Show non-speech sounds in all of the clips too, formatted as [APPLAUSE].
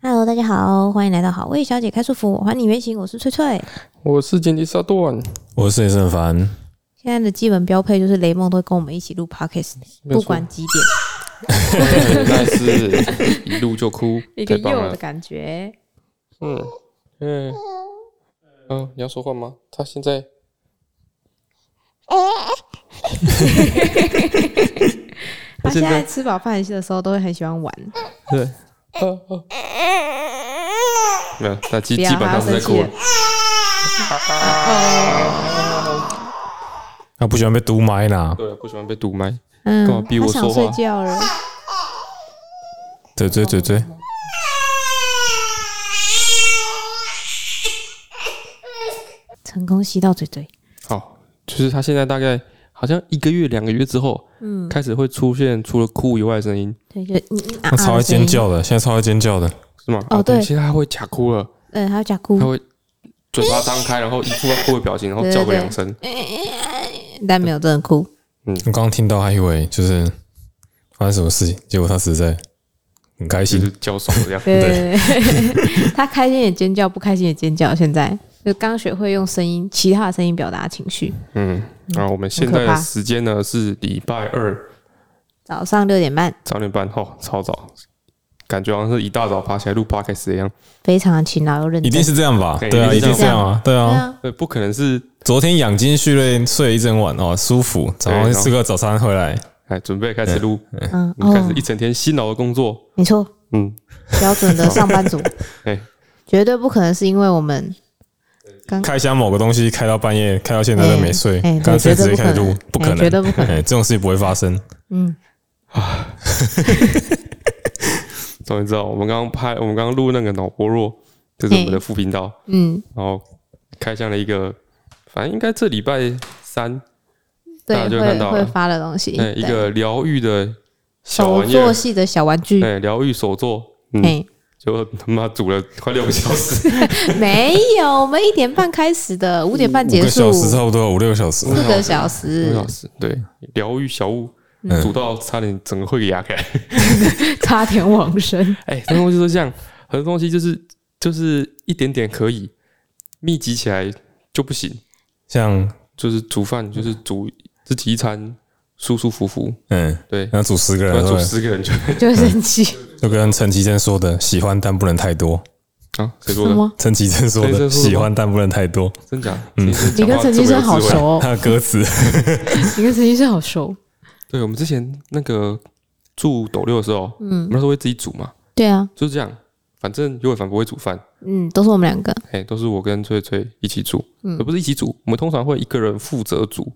Hello，大家好，欢迎来到好味小姐开束缚，我还你原形，我是翠翠。我是剪辑沙 [LAUGHS] 段，我是也是很烦，现在的基本标配就是雷梦都会跟我们一起录 podcast，没有不错管几点，但是一路就哭， [LAUGHS] 一个太棒幼的了。感觉。嗯嗯嗯，你要说话吗？他现 [LAUGHS] 在他现现在在吃饱饭的时候都会很喜欢玩，对，啊啊，没有，他基不要基本他要上生是在气哭了了。。他不喜欢被堵麦啦。对，啊不喜欢被堵麦。干嗯嘛，逼我他想说睡话觉了。对对对对，啊成功吸到嘴嘴，好，就是他现在大概好像一个月、两个月之后，嗯，开始会出现除了哭以外的声音，对，就嗯嗯啊他超啊爱的声尖音。叫的，现在超爱尖叫的。是吗？哦啊对现在他会假哭了，嗯，还有假哭他，会嘴巴张开，然后一副要哭的表情，然后对叫个对两声。但没有真的哭。。我刚刚听到还以为就是发生什么事情，结果他实在很开就心是。叫爽这样对， [LAUGHS] 他开心也尖叫，不开心也尖叫。现在就刚学会用声音，其他的声音表达情绪。嗯，然后我们现在很可的怕时间呢是礼拜二早上六点半，早点半，吼，超早，感觉好像是一大早爬起来录 podcast 一样。非常的勤劳又认一真定。是这样吧？对对啊，一一定定是是这这样样啊，对对啊。啊，对，不嗯可能是昨天养精蓄锐，睡了一整晚哦，舒服。早对上然后吃个早餐回来，哎，准备开始录，嗯，我们开哦始一，整天辛劳的工作。没错，嗯，。标准的上班族 [LAUGHS] 哎，绝对不可能是因为我们刚开箱某个东西开到半夜，开到现在都没睡哎哎，干脆绝直对接开始录，不不可可能哎绝对不能可，能哎，这种事情不会发生。嗯，终于知道，我们刚刚拍，我们刚刚录那个脑波弱，就是我们的副频道，嗯，然后开箱了一个，反正应该这礼拜三，对大，家就看会到会了发的东西，哎，一对个疗愈的小手玩意儿作，系的小玩具，哎，疗愈手作，嗯，嗯哎，就他妈煮了快六个小时，没有，我们一点半开始的，五点半五结个束，小时四差不多，五六个小时。个小六时个，小时，对，疗愈小物。嗯煮到差点整个会给压开，嗯差点往生，哎，很多东西都是这样，很多东西就是就是一点点可以，密集起来就不行。像就是煮饭，就是煮自己一餐，舒舒服服。嗯，对，要煮十个不然人，对不煮对十个人就就会生气。嗯就跟陈绮贞说的，喜欢但不能太多。啊，什谁说的？么？陈绮贞说陈绮贞说的，的吗喜欢但不能太多。真假？嗯你跟陈先先生好熟。哦，他的歌词，你跟陈先生好熟。对，我们之前那个住斗六的时候，嗯，我们那时候会自己煮嘛，对啊，就是这样。反正尤伟凡不会煮饭，嗯，都是我们两个。哎，都是我跟翠翠一起煮，呃嗯也不是一起煮，我们通常会一个人负责煮，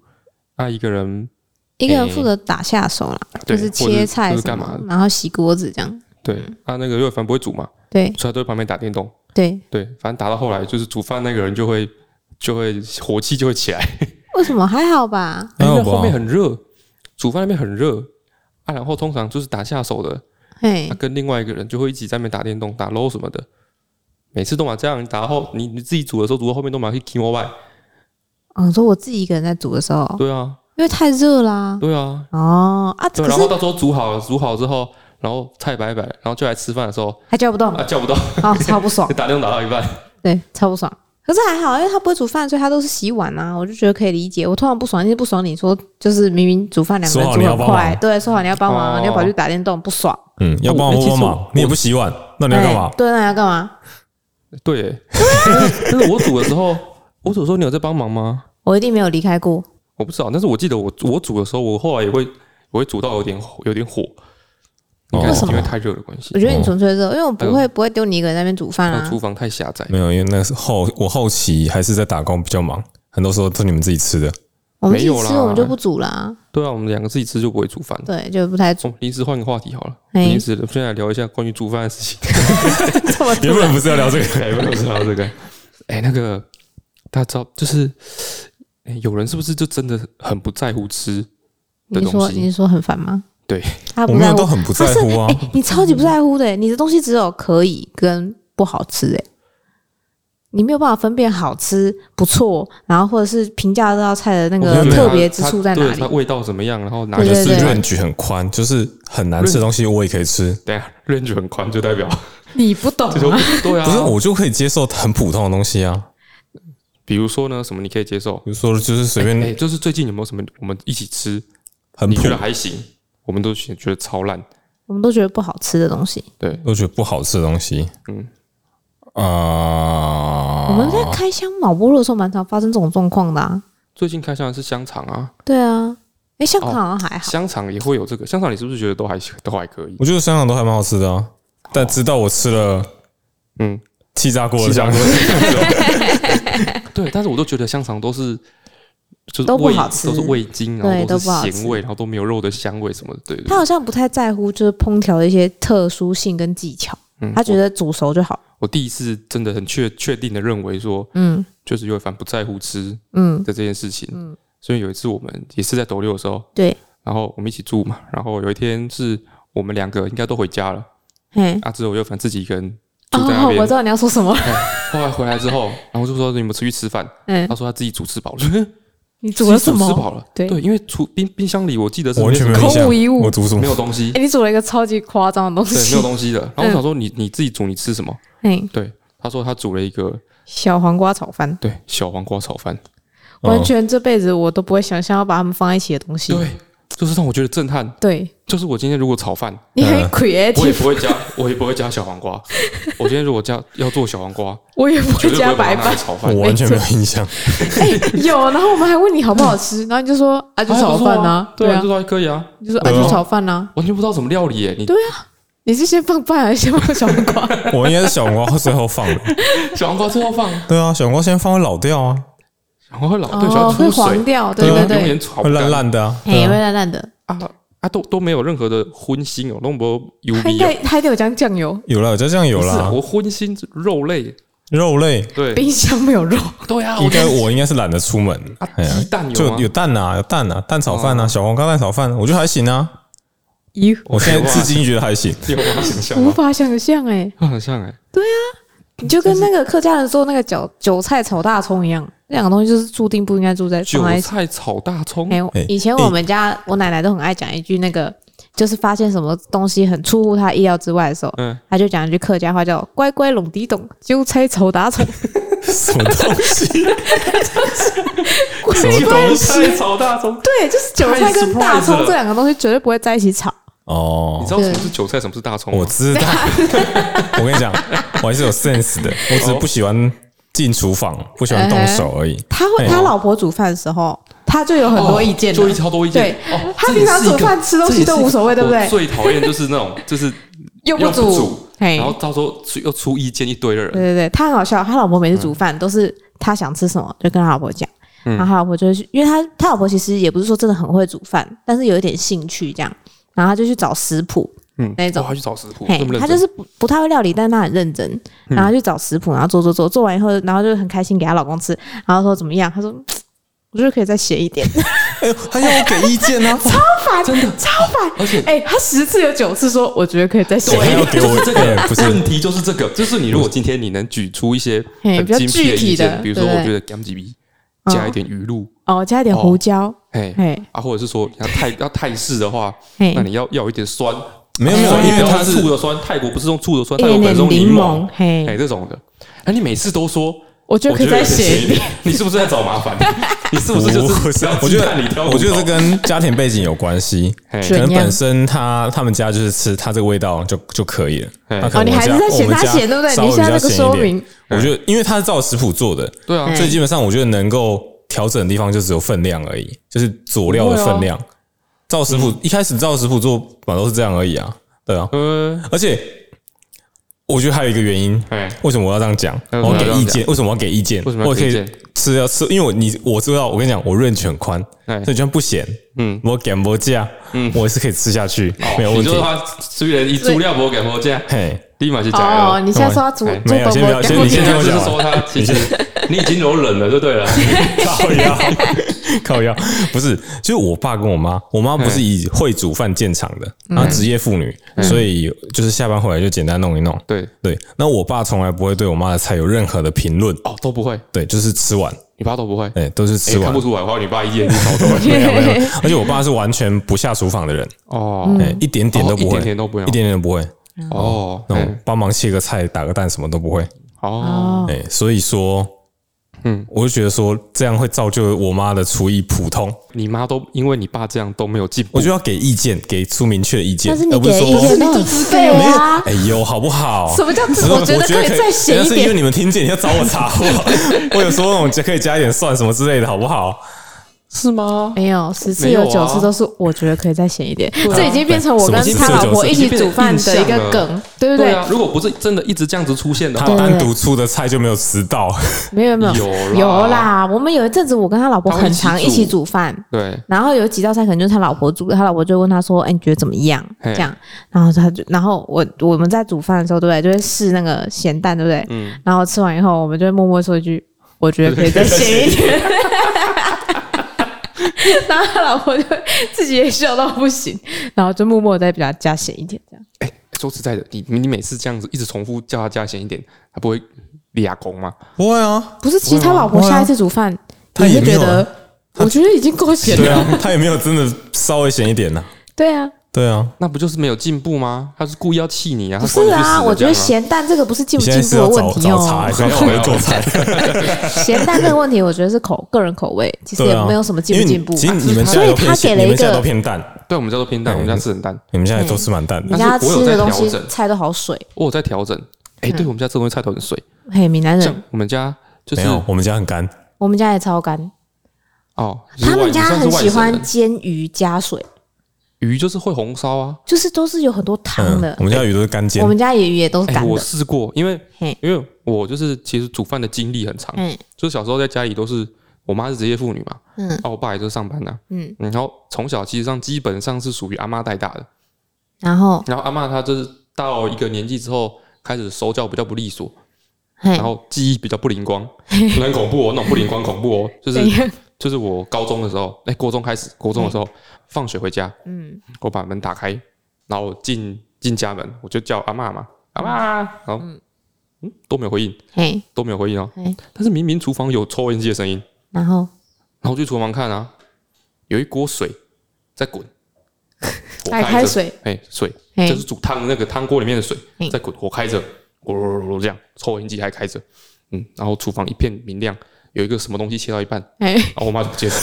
啊，一个人一个人负责打下手啦，就对是或者切是菜或是什干嘛么，的然后洗锅子这样。对，啊，那个尤伟凡不会煮嘛，对所以他都在旁边打电动。对，对，反正打到后来就是煮饭那个人就会就会火气就会起来，为什么还好吧？还因好为吧后面很热，煮饭那边很热啊。然后通常就是打下手的，嘿他、，跟另外一个人就会一起在那边打电动、打 LO 什么的。每次都嘛这样，打到后你你自己煮的时候，煮到后面都嘛去 k i m o 外。哦，你说我自己一个人在煮的时候，对啊，因为太热啦。对啊，哦啊，对。可然后是到时候煮好了，煮好之后，然后菜摆一摆，然后就来吃饭的时候还叫不 [LAUGHS] 动啊，，叫 [LAUGHS] 不到，，哦，超不爽打电动打到一半，对，超不爽。可是还好，因为他不会煮饭，所以他都是洗碗啊，我就觉得可以理解。我通常不爽，就是不爽你说，就是明明煮饭两个人说好煮你要很帮快，忙对，说好你要帮忙，哦你要跑去打电动，不爽。嗯，要帮哎我其实帮我忙，你也不洗碗，那哦你要干嘛哎？对，那你要干嘛？对耶，但是我煮的时候，我煮的时候你有在帮忙吗？我一定没有离开过。我不知道，但是我记得我我煮的时候，我后来也会我会煮到有点火有点火，应该为是哦什么因为太热的关系我。觉得你哦纯粹热，因为我不会不会丢你一个人在那边煮饭那啊厨。房太狭窄，没有，因为那是后我后期还是在打工，比较忙，很多时候都是你们自己吃的。我们自己没有吃，啦我们就不煮啦。对啊，我们两个自己吃就不会煮饭。对，就不 [LAUGHS] 太煮。哦，临时换个话题好了，哎临时的，现在聊一下关于煮饭的事情。这么突原然本不是要聊这个，哎，我知道这个。 [LAUGHS] 哎，那个大家知道，就是、哎有人是不是就真的很不在乎吃？你的东说西你是说很烦吗？对，他我不没在有乎都，很不在乎啊哎、。你超级不在乎的、你的东西只有可以跟不好吃、哎，哎你没有办法分辨好吃、不错，然后或者是评价这道菜的那个我觉得特啊别之处在哪对它里。味道怎么样？然后哪对个对就是是对 range 很宽，就是很难吃的东西我也可以吃，对啊，range 很宽，就代 [LAUGHS] 表你不懂这就啊？对啊。不是我就可以接受很普通的东西啊，比如说呢，什么你可以接受？比如说就是随哎、便就是最近有没有什么我们一起吃，很你普觉，得还行，我们都觉得超烂。我们都觉得不好吃的东西，对，都觉得不好吃的东西，嗯，啊，我们在开箱毛波肉的时候，蛮常发生这种状况的、啊。最最近开箱的是香肠啊，对啊，哎，香肠好哦像还好，香肠也会有这个。香肠你是不是觉得都还行都还可以？我觉得香肠都还蛮好吃的啊，但直到我吃了嗯，气炸锅的香香肠肠， [LAUGHS] 对，但是我都觉得香肠都是就是都不味好吃都是味精，然对后都是不好咸吃味，然后都没有肉的香味什么的。对对他好像不太在乎就是烹调的一些特殊性跟技巧，嗯他觉得煮熟就好。我第一次真的很确确定的认为说，嗯就是有凡不在乎吃嗯，的这件事情。嗯所以有一次我们也是在斗六的时候，对，然后我们一起住嘛，然后有一天是我们两个应该都回家了，嘿，啊，只有又凡自己一个人住在那哦，边。哎我知道你要说什么了。后来回来之后，然后就说你们出去吃饭，嗯他，说他自己煮吃饱了，我说嗯你煮了什自己煮吃么？饱了，对因为厨冰冰箱里我记得是我完全没有什么印空无一象，物我煮什么没有东西哎，，你煮了一个超级夸张的东对，没有西。东西的。然后嗯我想说你你自己煮你吃什么？ [LAUGHS] 嘿，对，他说他煮了一个小黄瓜炒饭，对小黄瓜炒饭，哦嗯完全这辈子我都不会想象要把它们放在一起的东西。对，就是让我觉得震撼。对，就是我今天如果 [LAUGHS] 炒饭，你很嗯我也 creative，不会加，我也不会加小黄瓜。我今天如果加要做小黄瓜，我也不会绝对不加会把白它拿 [LAUGHS] 来饭。炒饭我。完全没有印象，哎，有，然后我们还问你好不好吃，然后你就说啊，就炒饭啊啊，，对对啊就，说还可以啊，你就说啊，就炒饭啊。完全不知道什么料理耶。你对啊你是先放饭还是先放小黄瓜？我应该是小黄瓜最后放的，小黄瓜最后放，对啊，小黄瓜先放会老掉啊，然后会老对，小哦，会黄出黄水，掉，对对对啊永对，远炒不会干烂烂的啊，对嘿，会啊，烂烂的。啊啊，都都没有任何的荤腥哦，弄不油他应腻该哦。他一定有加酱油，有了，就这样有不是啦啊，，我荤腥肉类，肉类对冰箱没有肉，对啊，应我该就我应该是懒得出门啊，哎呀鸡蛋有就吗？有蛋啊，有蛋啊，蛋炒饭啊，小黄瓜蛋炒饭，我觉得还行啊，咦，我现在至今觉得还行，有吗？ [LAUGHS] 很像无吗？法想象哎、很像哎，你就跟那个客家人做那个韭韭菜炒大葱一样，这两个东西就是注定不应该住在韭放在一起。菜炒大葱哎、哎以前我们家、我奶奶都很爱讲一句那个，就是发现什么东西很出乎她意料之外的时候，嗯她就讲一句客家话叫“乖乖拢迪懂，韭菜炒大 [LAUGHS] 葱什么东西，乖什乖么东韭西菜炒大葱”，。哦对，就是韭菜跟大葱这两个东西绝对不会在一起炒。你哦知，道什么是韭菜，什么是大葱吗？我 [LAUGHS] 知道，我跟你讲，我还是有 sense 的，我哦只是不喜欢进厨房，不喜欢动手嗯而已。他会哎他老婆煮饭的时候，他就有很多意见哦的、就一超多意见。对哦他这也平常是一个煮饭吃东西都无所谓这也对不是一个我最讨厌就是那种，就是又不煮，煮嘿然后到时候出又出意见一堆的对人，对对，他很好笑，他老婆每次嗯煮饭都是他想吃什么就跟他老婆讲，然后他老婆就会去，因为他他老婆其实也不是说真的很会煮饭，但是有一点兴趣这样，然后他就去找食谱，嗯，那种我还去找食谱，嘿这么，认哎他真嗯就是不不太会料理，但是他很认真，然后他去找食谱，然后做做做，做完以后，然后就很开心给她老公吃，然后说怎么样，他说。嘖我觉得可以再写一 [LAUGHS] 点，哎呦，他要我给意见呢，烦，真的超烦。啊而且哎、他十次有九次说，我觉得可以再写对一还要点，给我就是这哎不是个问题，就是这个，就是你如果今天你能举出一些嘿很比较精辟具体意的见，比如说对不对我觉得 g a m 加一点鱼露，哦，加一点哦胡椒，哎嘿啊，或者是说你要泰要泰式的话，嘿那你要要有一点酸，没有没有，酸因为不要他是是醋的酸，泰国不是用醋的酸，一泰国点可能点是柠用檬檬，，嘿，哎这种的，哎你每次都说。我觉得我可以觉得再有写一点点。点， [LAUGHS] 你是不是在找麻 [LAUGHS] 烦？你是不是就不是是要，我鸡觉得蛋里挑骨头？我觉得这跟家庭背景有关系，嘿可能怎样本身他他们家就是吃他这个味道就就可以了。嘿那可哦，能你我还是家在嫌我们他家咸，对不对？稍微你现在比较这个咸说一点明，我觉得因为他是照食谱做的，对啊嗯，所以基本上我觉得能够调整的地方就只有分量而已，就是佐料的哦分量。照食嗯谱一开始照食谱做嘛都是这样而已啊，对啊。呃，而且我觉得还有一个原因，哎，为什么我要这样讲？嗯我要为什么要这给样意见，为什么我要给意见？为什么要我可给意以见？吃要吃，因为我你我知道，我跟你讲，我润全宽，哎所以就算不咸，嗯，哦我减波价，啊我也是可以吃下去，没有你问题就。是他虽然一猪料不给我价，嘿，立马去加哦，了。你现在说他煮哎煮没有豆先腐不要干先不你现先干在听就我是讲说他其实你已经柔冷了，就对了。造谣， [LAUGHS] 靠腰不是，就是我爸跟我妈，我妈不是以会煮饭见长的，嗯然后职业妇女，所以就是下班回来就简单弄一弄。对，对，那我爸从来不会对我妈的菜有任何的评论，哦，都不会，对，就是吃完，你爸都不会，哎、都是哎吃看完不。出来的话，你爸一眼睛超多 [LAUGHS] 没有没有，而且我爸是完全不下厨房的人，嗯哦，哎、一点点都不哦一会，点点都不会哦一点点都嗯不会。哦，那哎种帮忙切个菜、打个蛋什么都不会。哦，哦，哎、所以说，嗯，我就觉得说这样会造就我妈的厨艺普通，你妈都因为你爸这样都没有进步我，就要给意见，给出明确的意见，但是你而不给是的意说见都很废没有啊，哎呦，好不好？什么叫只是我觉得可以再写人一家是因为点？你们听见，你要找我查 [LAUGHS] 我。我有说那种可以加一点蒜什么之类的，好不好？是吗？没有，十次没有有啊九次都是我觉得可以再咸一点，啊这已经变成我对跟什么他是老婆19一起煮饭啊的一已经变个印象了梗，对不对对？啊，如果不是真的一直这样子出现的他嗯话，单独出的菜就没有吃到，没有没有有啦有啦，我们有一阵子我跟他老婆他会很一起常一煮起煮饭，对，然后有几道菜可能就是他老婆煮的，他老婆就会问他说：“哎、你觉得怎么样？”嘿这样，然后他就，然后我我们在煮饭的时候，对不对？就会试那个咸蛋，对不对？嗯，然后吃完以后，我们就会默默说一句：“我觉得可以再咸一 [LAUGHS] 点。”然后他老婆就会自己也笑到不行，然后就默默地再比他加咸一点，这样说实在的，你你每次这样子一直重复叫他加咸一点，他不会俩拱吗？不会啊，不是？其实他老婆下一次煮饭，他也也会没觉有啊得，我觉得已经够咸对了。啊，他也没有真的稍微咸一点呢、对啊，对啊，那不就是没有进步吗？他是故意要气你啊！不他管是你去死啊，的我觉这得样啊咸蛋这个不是进你不现进在步是要的问找题找哦。茬，还是要回做菜？ [LAUGHS] 咸蛋这个问题，我觉得是口个人口味，其实对也啊，没有什么进不进步。啊因为你你们 [LAUGHS] 家所以都他给偏咸，了一你们家都个，嗯偏淡，对我们家都偏淡，我们家是很淡，你们家也都吃蛮淡你的。家但是我有吃在的东西调整菜都好水，我有哦在调整。哎，嗯对我们家这东西菜都很水，嘿，闽南像人，我们家就是没有，我们家很干。我们家也超干，哦，就是他外们你家算是很喜外省欢人煎鱼加水，鱼，就是会红烧啊。就是都是有很多汤嗯的，我。们家鱼都是干煎我。们家也鱼也都是哦哎、干我的，试过，因为嘿因为我就是其实煮饭的经历很长，嗯就是小时候在家里都是我妈是职业妇女嘛，嗯啊，我爸也就是上班的、嗯，然后从小其实上基本上是属于阿妈带大的，然后然后阿妈她就是到一个年纪之后开始手脚比较不利索，嘿然，后记忆比较不 [LAUGHS] 灵光，很恐怖哦，那种不灵光恐怖哦，就是怎样就是我高中的时候，哎、国中开始，国中的时候放学回家，嗯，我把门打开，然后进进家门，我就叫阿妈嗯嘛，阿妈，然后嗯都没有回应，嘿，都没有回应哦哎。但是明明厨房有抽烟机的声音，然后然后去厨房看啊，有一锅水 [LAUGHS] 在滚，火在开着水，哎，水嘿就是煮汤的那个汤锅里面的水嗯在滚，火开着，咕噜噜噜噜这样，抽烟机还开着，嗯，然后厨房一片明亮，有一个什么东西切到一半，嘿，然后我妈就不接了，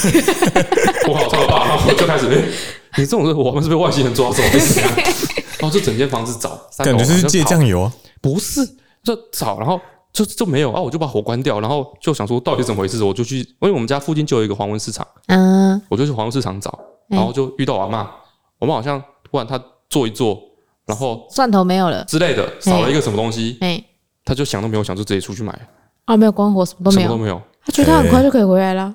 我好操爸，然后我就开始，哎你这种人，我们是被外星人抓走还是怎样？然后就整间房子找，三楼感觉就是好像借跑酱油啊，不是，就找，然后就就没有啊，我就把火关掉，然后就想说到底怎么回事，我就去，因为我们家附近就有一个黄昏市场，嗯，我就去黄昏市场找，然后就遇到我阿妈，我妈好像突然她坐一坐，然后蒜头没有了，之类的少了一个什么东西，嘿，她就想都没有想就直接出去买了，啊，没有关火，什么都什没么都有，没有。他觉得他很快就可以回来了，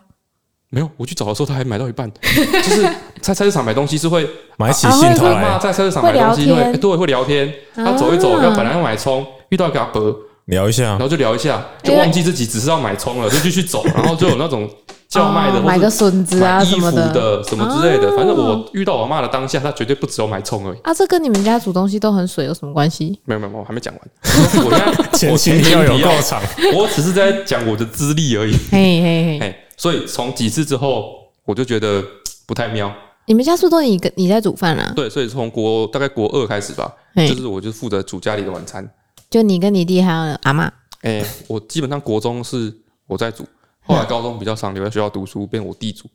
没有，我去找的时候，她还买到一半。 [LAUGHS] 就是在菜市场买东西是会，买啊起兴头对阿妈来在菜市场买东西会聊天会，哎对，会聊天。她走一走，啊要本来要买葱，遇到一个阿伯，聊一下然。 [LAUGHS] 后就聊一下，就忘记自己只是要买葱了，就继续走，然 [LAUGHS] 后就有那种叫卖的，哦或买者个笋子啊买什衣么服的的什么之类的。哦反正我遇到我妈的当下，她绝对不只有买葱而已。啊，这跟你们家煮东西都很水有什么关系？没有没有，没有我还没讲完。我现在前我情前提情要有提要够 [LAUGHS] 长，我只是在讲我的资历而已。嘿嘿嘿，哎，所以从几次之后，我就觉得嘖不太妙。你们家是不是都你跟你在煮饭啊？对，所以从国大概国二开始吧，嘿就是我就负责煮家里的晚餐。就你跟你弟还有阿妈，哎，我基本上国中是我在煮，后来高中比较常留在学校读书，变我弟煮。嗯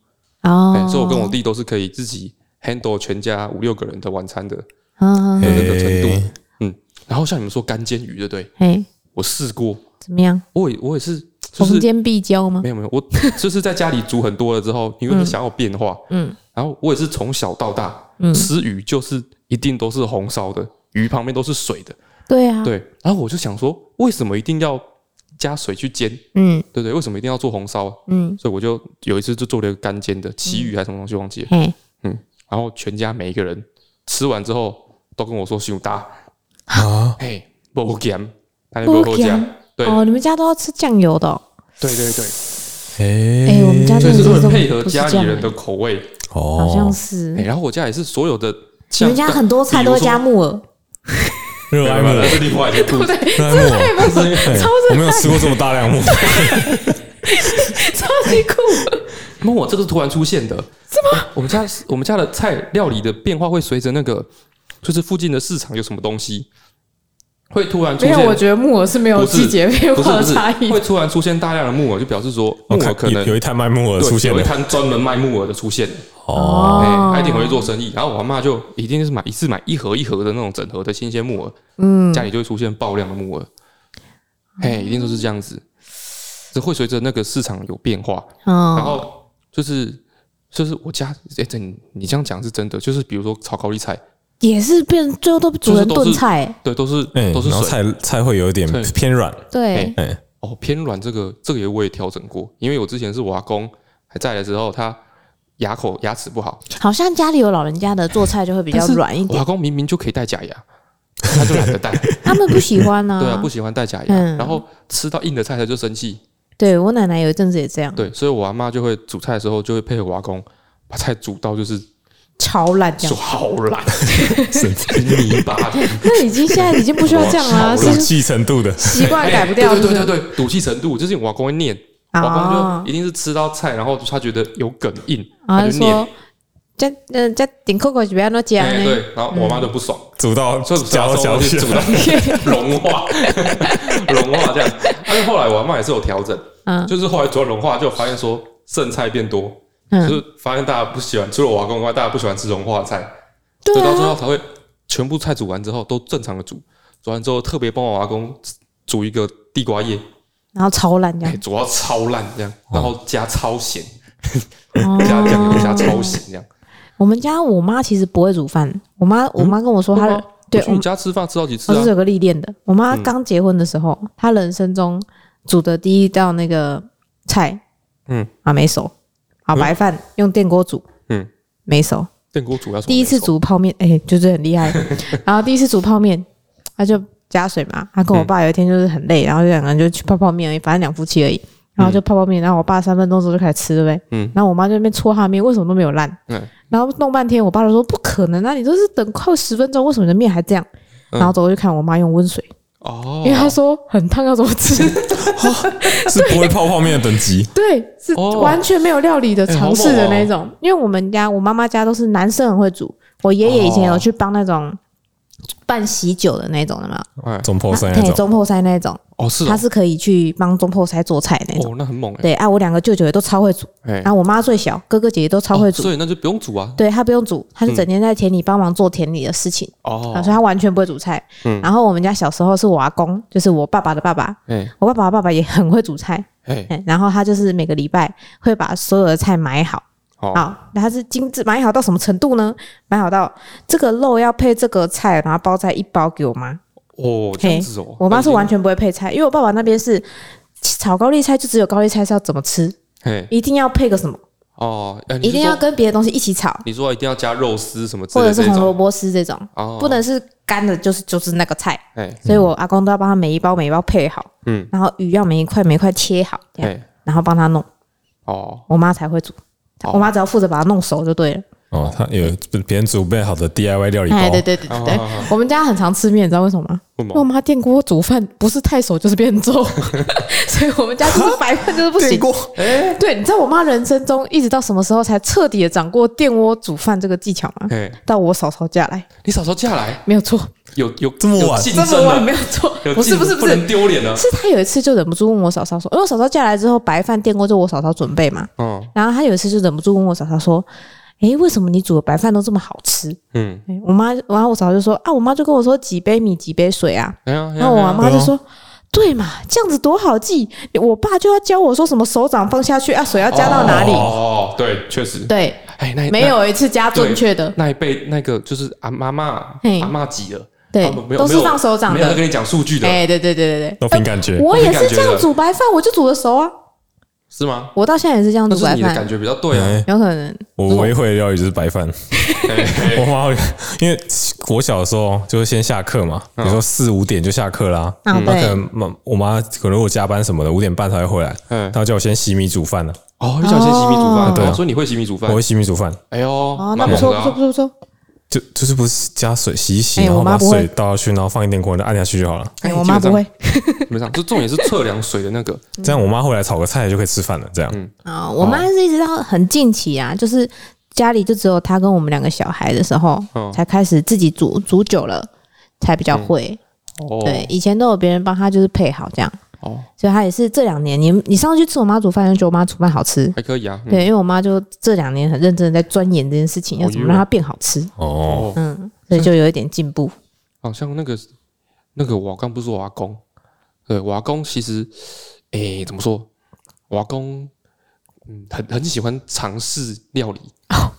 哦哎、，所以我跟我弟都是可以自己 handle 全家五六个人的晚餐的。嗯，嗯嗯那个程度嗯哎然后像你们说干煎鱼，对不对？嘿，我试过，怎么样？我也我也是，就逢是煎必交吗没？有没有， [LAUGHS] 我就是在家里煮很多了之后，因为想要变化，嗯，然后我也是从小到大、嗯吃鱼，就是一定都是红烧的，鱼旁边都是水的，对啊，对。然后我就想说，为什么一定要加水去煎，嗯对不对？为什么一定要做红烧啊？嗯，所以我就有一次就做了一个干煎的，旗鱼还是什么东西忘记了。嗯嘿，然后全家每一个人吃完之后都跟我说胸大啊，嘿，不咸，他就不不喝咸酱。对哦，你们家都要吃酱油的哦，对对对，哎哎，我们家所真的以是是这为了么配合家不是里这人样的口味。好像哦，是哎，然后我家也是所有的，你像们家很多菜都会加木耳，热爱木那耳，是另外一个故事。热爱木耳，对我没有吃过这么大量木耳，超级酷。那我这个是突然出现的，是吗？我们家我们家的菜料理的变化会随着那个，就是附近的市场有什么东西，会突 [LAUGHS] 然出没现。有，我觉得木耳是没有不是季节变不是化不的是差异会。突然出现大量的木耳，就表示说木我耳可哦看能有有一摊卖木耳对出现有一了，摊专门卖木耳的出现。哦，哎、还挺会做生意。然后我妈就一定是买一次买一盒一盒的那种整盒的新鲜木耳，嗯，家里就会出现爆量的木耳，哎、一定都是这样子。这会随着那个市场有变化，然嗯，后就是就是我家哎，这、你你这样讲是真的，就是比如说炒高丽菜，也是变最后都煮成就是都炖是菜、对，都是、哎，都是然后水菜菜会有一点对 [LAUGHS] 偏软，对，哎，哦，偏软这个这个也我也调整过，因为我之前是我阿公还在的时候，他牙口牙齿不好，好像家里有老人家的做菜就会比较但是软一我点阿，公明明就可以戴假牙，他就懒得戴。他们不喜欢呢、 [LAUGHS] 对啊，不喜欢戴假牙，嗯然后吃到硬的菜他就生气。对我奶奶有一阵子也这样，对，所以我阿妈就会煮菜的时候就会配合我阿公把菜煮到就是超烂这说样。好烂，是泥巴的，那已经现在已经不需要这样了啊，我是有气程度的，习惯改不掉，哎对是不对对是？对对，赌气程度就是我阿公会念，我阿啊公就一定是吃到菜，然后他觉得有梗硬，然他后就就念说，，这嗯这顶扣扣是不要那讲哎啊呢，对，然后我妈就不爽，煮到所以嚼嚼去起煮来到融化，融化这样。但是后来我阿妈也是有调整，嗯就是后来煮到融化就发现说剩菜变多，就嗯，是发现大家不喜欢，除了我阿公以外，大家不喜欢吃融化的菜，所对以到最啊，后才会全部菜煮完之后都正常的煮，煮完之后特别帮我阿公煮一个地瓜叶，然后超烂这哎、样，煮到超烂这样，然后加超咸，哦加酱油加超咸这样。我们家我妈其实不会煮饭，我妈我妈跟我说她会吗对嗯我去我你家吃饭吃到几次我啊嗯是？有个历练的。我妈刚结婚的时候，她人生中煮的第一道那个菜，嗯啊没熟，啊白饭用电锅煮，嗯，没熟。电锅煮要什么第一次没熟煮泡面，哎、就是很厉 [LAUGHS] 害。然后第一次煮泡面，她就加水嘛。她跟我爸有一天就是很累，然后就两个人就去泡泡面而已，反正两夫妻而已。然后就泡泡面，然后我爸三分钟之后就开始吃，对不对？嗯然后我妈就在那边搓他的面，为什么都没有烂？嗯然后弄半天，我爸就说不可能啊，你都是等快十分钟，为什么你的面还这样？嗯然后走过去看我妈用温水，哦，因为他说很烫，要怎么吃？ [LAUGHS] 是不会泡泡面的等级，对，是哦完全没有料理的哎尝试的那种。因为我们家我妈妈家都是男生很会煮，我爷爷以前有去帮那种办喜酒的那种的嘛，哎中破三嘿那种，中破塞那种，哦是他哦是可以去帮中破塞做菜那种。哦，那很猛哎对啊，我两个舅舅也都超会煮，哎，然后我妈最小，哥哥姐姐都超会哦煮。所以那就不用煮啊。对他不用煮，他就整天在田里帮忙做田里的事情，哦啊，所以他完全不会煮菜。嗯然后我们家小时候是我阿公，就是我爸爸的爸爸，哎我爸爸的爸爸也很会煮菜，哎哎然后他就是每个礼拜会把所有的菜买好，好好，那它是精致买好到什么程度呢？买好到这个肉要配这个菜，然后包在一包给我妈。哦这样子哦，我妈是完全全不会配菜，因为我爸爸那边是炒高丽菜，就只有高丽菜是要怎么吃，哎一定要配个什么，哦，哎你一是定说要跟别的东西一起炒，你说一定要加肉丝什么之或类者的是这红萝种，卜丝这种，哦不能是干的，就是就是那个菜。哎所以我阿公都要帮他每一包每一包配好，嗯然后鱼要每一块每一块切好，这样，哎然后帮他弄，哦我妈才会煮。哦我妈只要负责把它弄熟就对了。哦，他有别人准备好的 DIY 料理哎，包对，对对对对哦哦哦，我们家很常吃面，你知道为什么吗？不因为我猛妈电锅煮饭不是太熟就是变 [LAUGHS] 粥，所以我们家就是白饭就是不行。哎对，你知道我妈人生中一直到什么时候才彻底的掌握电锅煮饭这个技巧吗？哎，到我嫂嫂家来，你嫂嫂嫁来没有错，有有这么有晚竞这么争晚了，没有错有，不是竞不是哦不不能是，丢脸了，是他有一次就忍不住问我嫂嫂说，因哦为我嫂嫂嫁来之后，白饭电锅就我嫂嫂准备嘛。嗯然后他有一次就忍不住问我嫂嫂说：“诶，为什么你煮的白饭都这么好吃嗯？”，诶我妈，然后我嫂嫂就说：“啊，我妈就跟我说几杯米几杯水啊。哎呀”，然后我哎呀妈就说：“对嘛，这样子多好记。我爸就要教我说什么手掌放下去啊，水要加到哪里。哦，对，确实，对，哎，那没有一次加准确的那，那一辈那个就是阿妈妈嘿阿妈级了，对他们没有都是没有放手掌的没有在跟你讲数据的，哎，对对对对对，都凭感觉，我也是这样煮白饭，我就煮的熟啊。是吗？我到现在也是这样那煮是白你的感饭，觉比较对啊，哎有可能我唯一会的料理就是白饭。哎我妈，因为国小的时候就会先下课嘛，嗯比如说四五点就下课啦。啊那可对能妈我妈可能如果加班什么的，五点半才会回来，嗯，她叫我先洗米煮饭了。哦，你想先洗米煮饭，哦对啊哦所以你会洗米煮饭我，会洗米煮饭，哎呦哦，，那蛮不猛错的不错不啊，错不错，就就是不是加水洗一洗，哎然后我妈把不会水倒下去，然后放一点锅就按下去就好了。哎哎我妈不会， [LAUGHS] 基本上，这重点是测量水的那个，嗯这样我妈回来炒个菜就可以吃饭了。这样，嗯啊、我妈是一直到很近期啊，就是家里就只有她跟我们两个小孩的时候，嗯才开始自己煮煮久了，才比较会。哦，对，以前都有别人帮她，就是配好这样。哦，所以她也是这两年，你你上次去吃我妈煮饭，就觉得我妈煮饭好吃。还可以啊，嗯对，因为我妈就这两年很认真的在钻研这件事情，要怎么让它变好吃。哦，哦，嗯，所以就有一点进步。好哦像那个那个我刚不是说我阿公，对我阿公其实，诶、怎么说？我阿公嗯，很很喜欢尝试料理。哦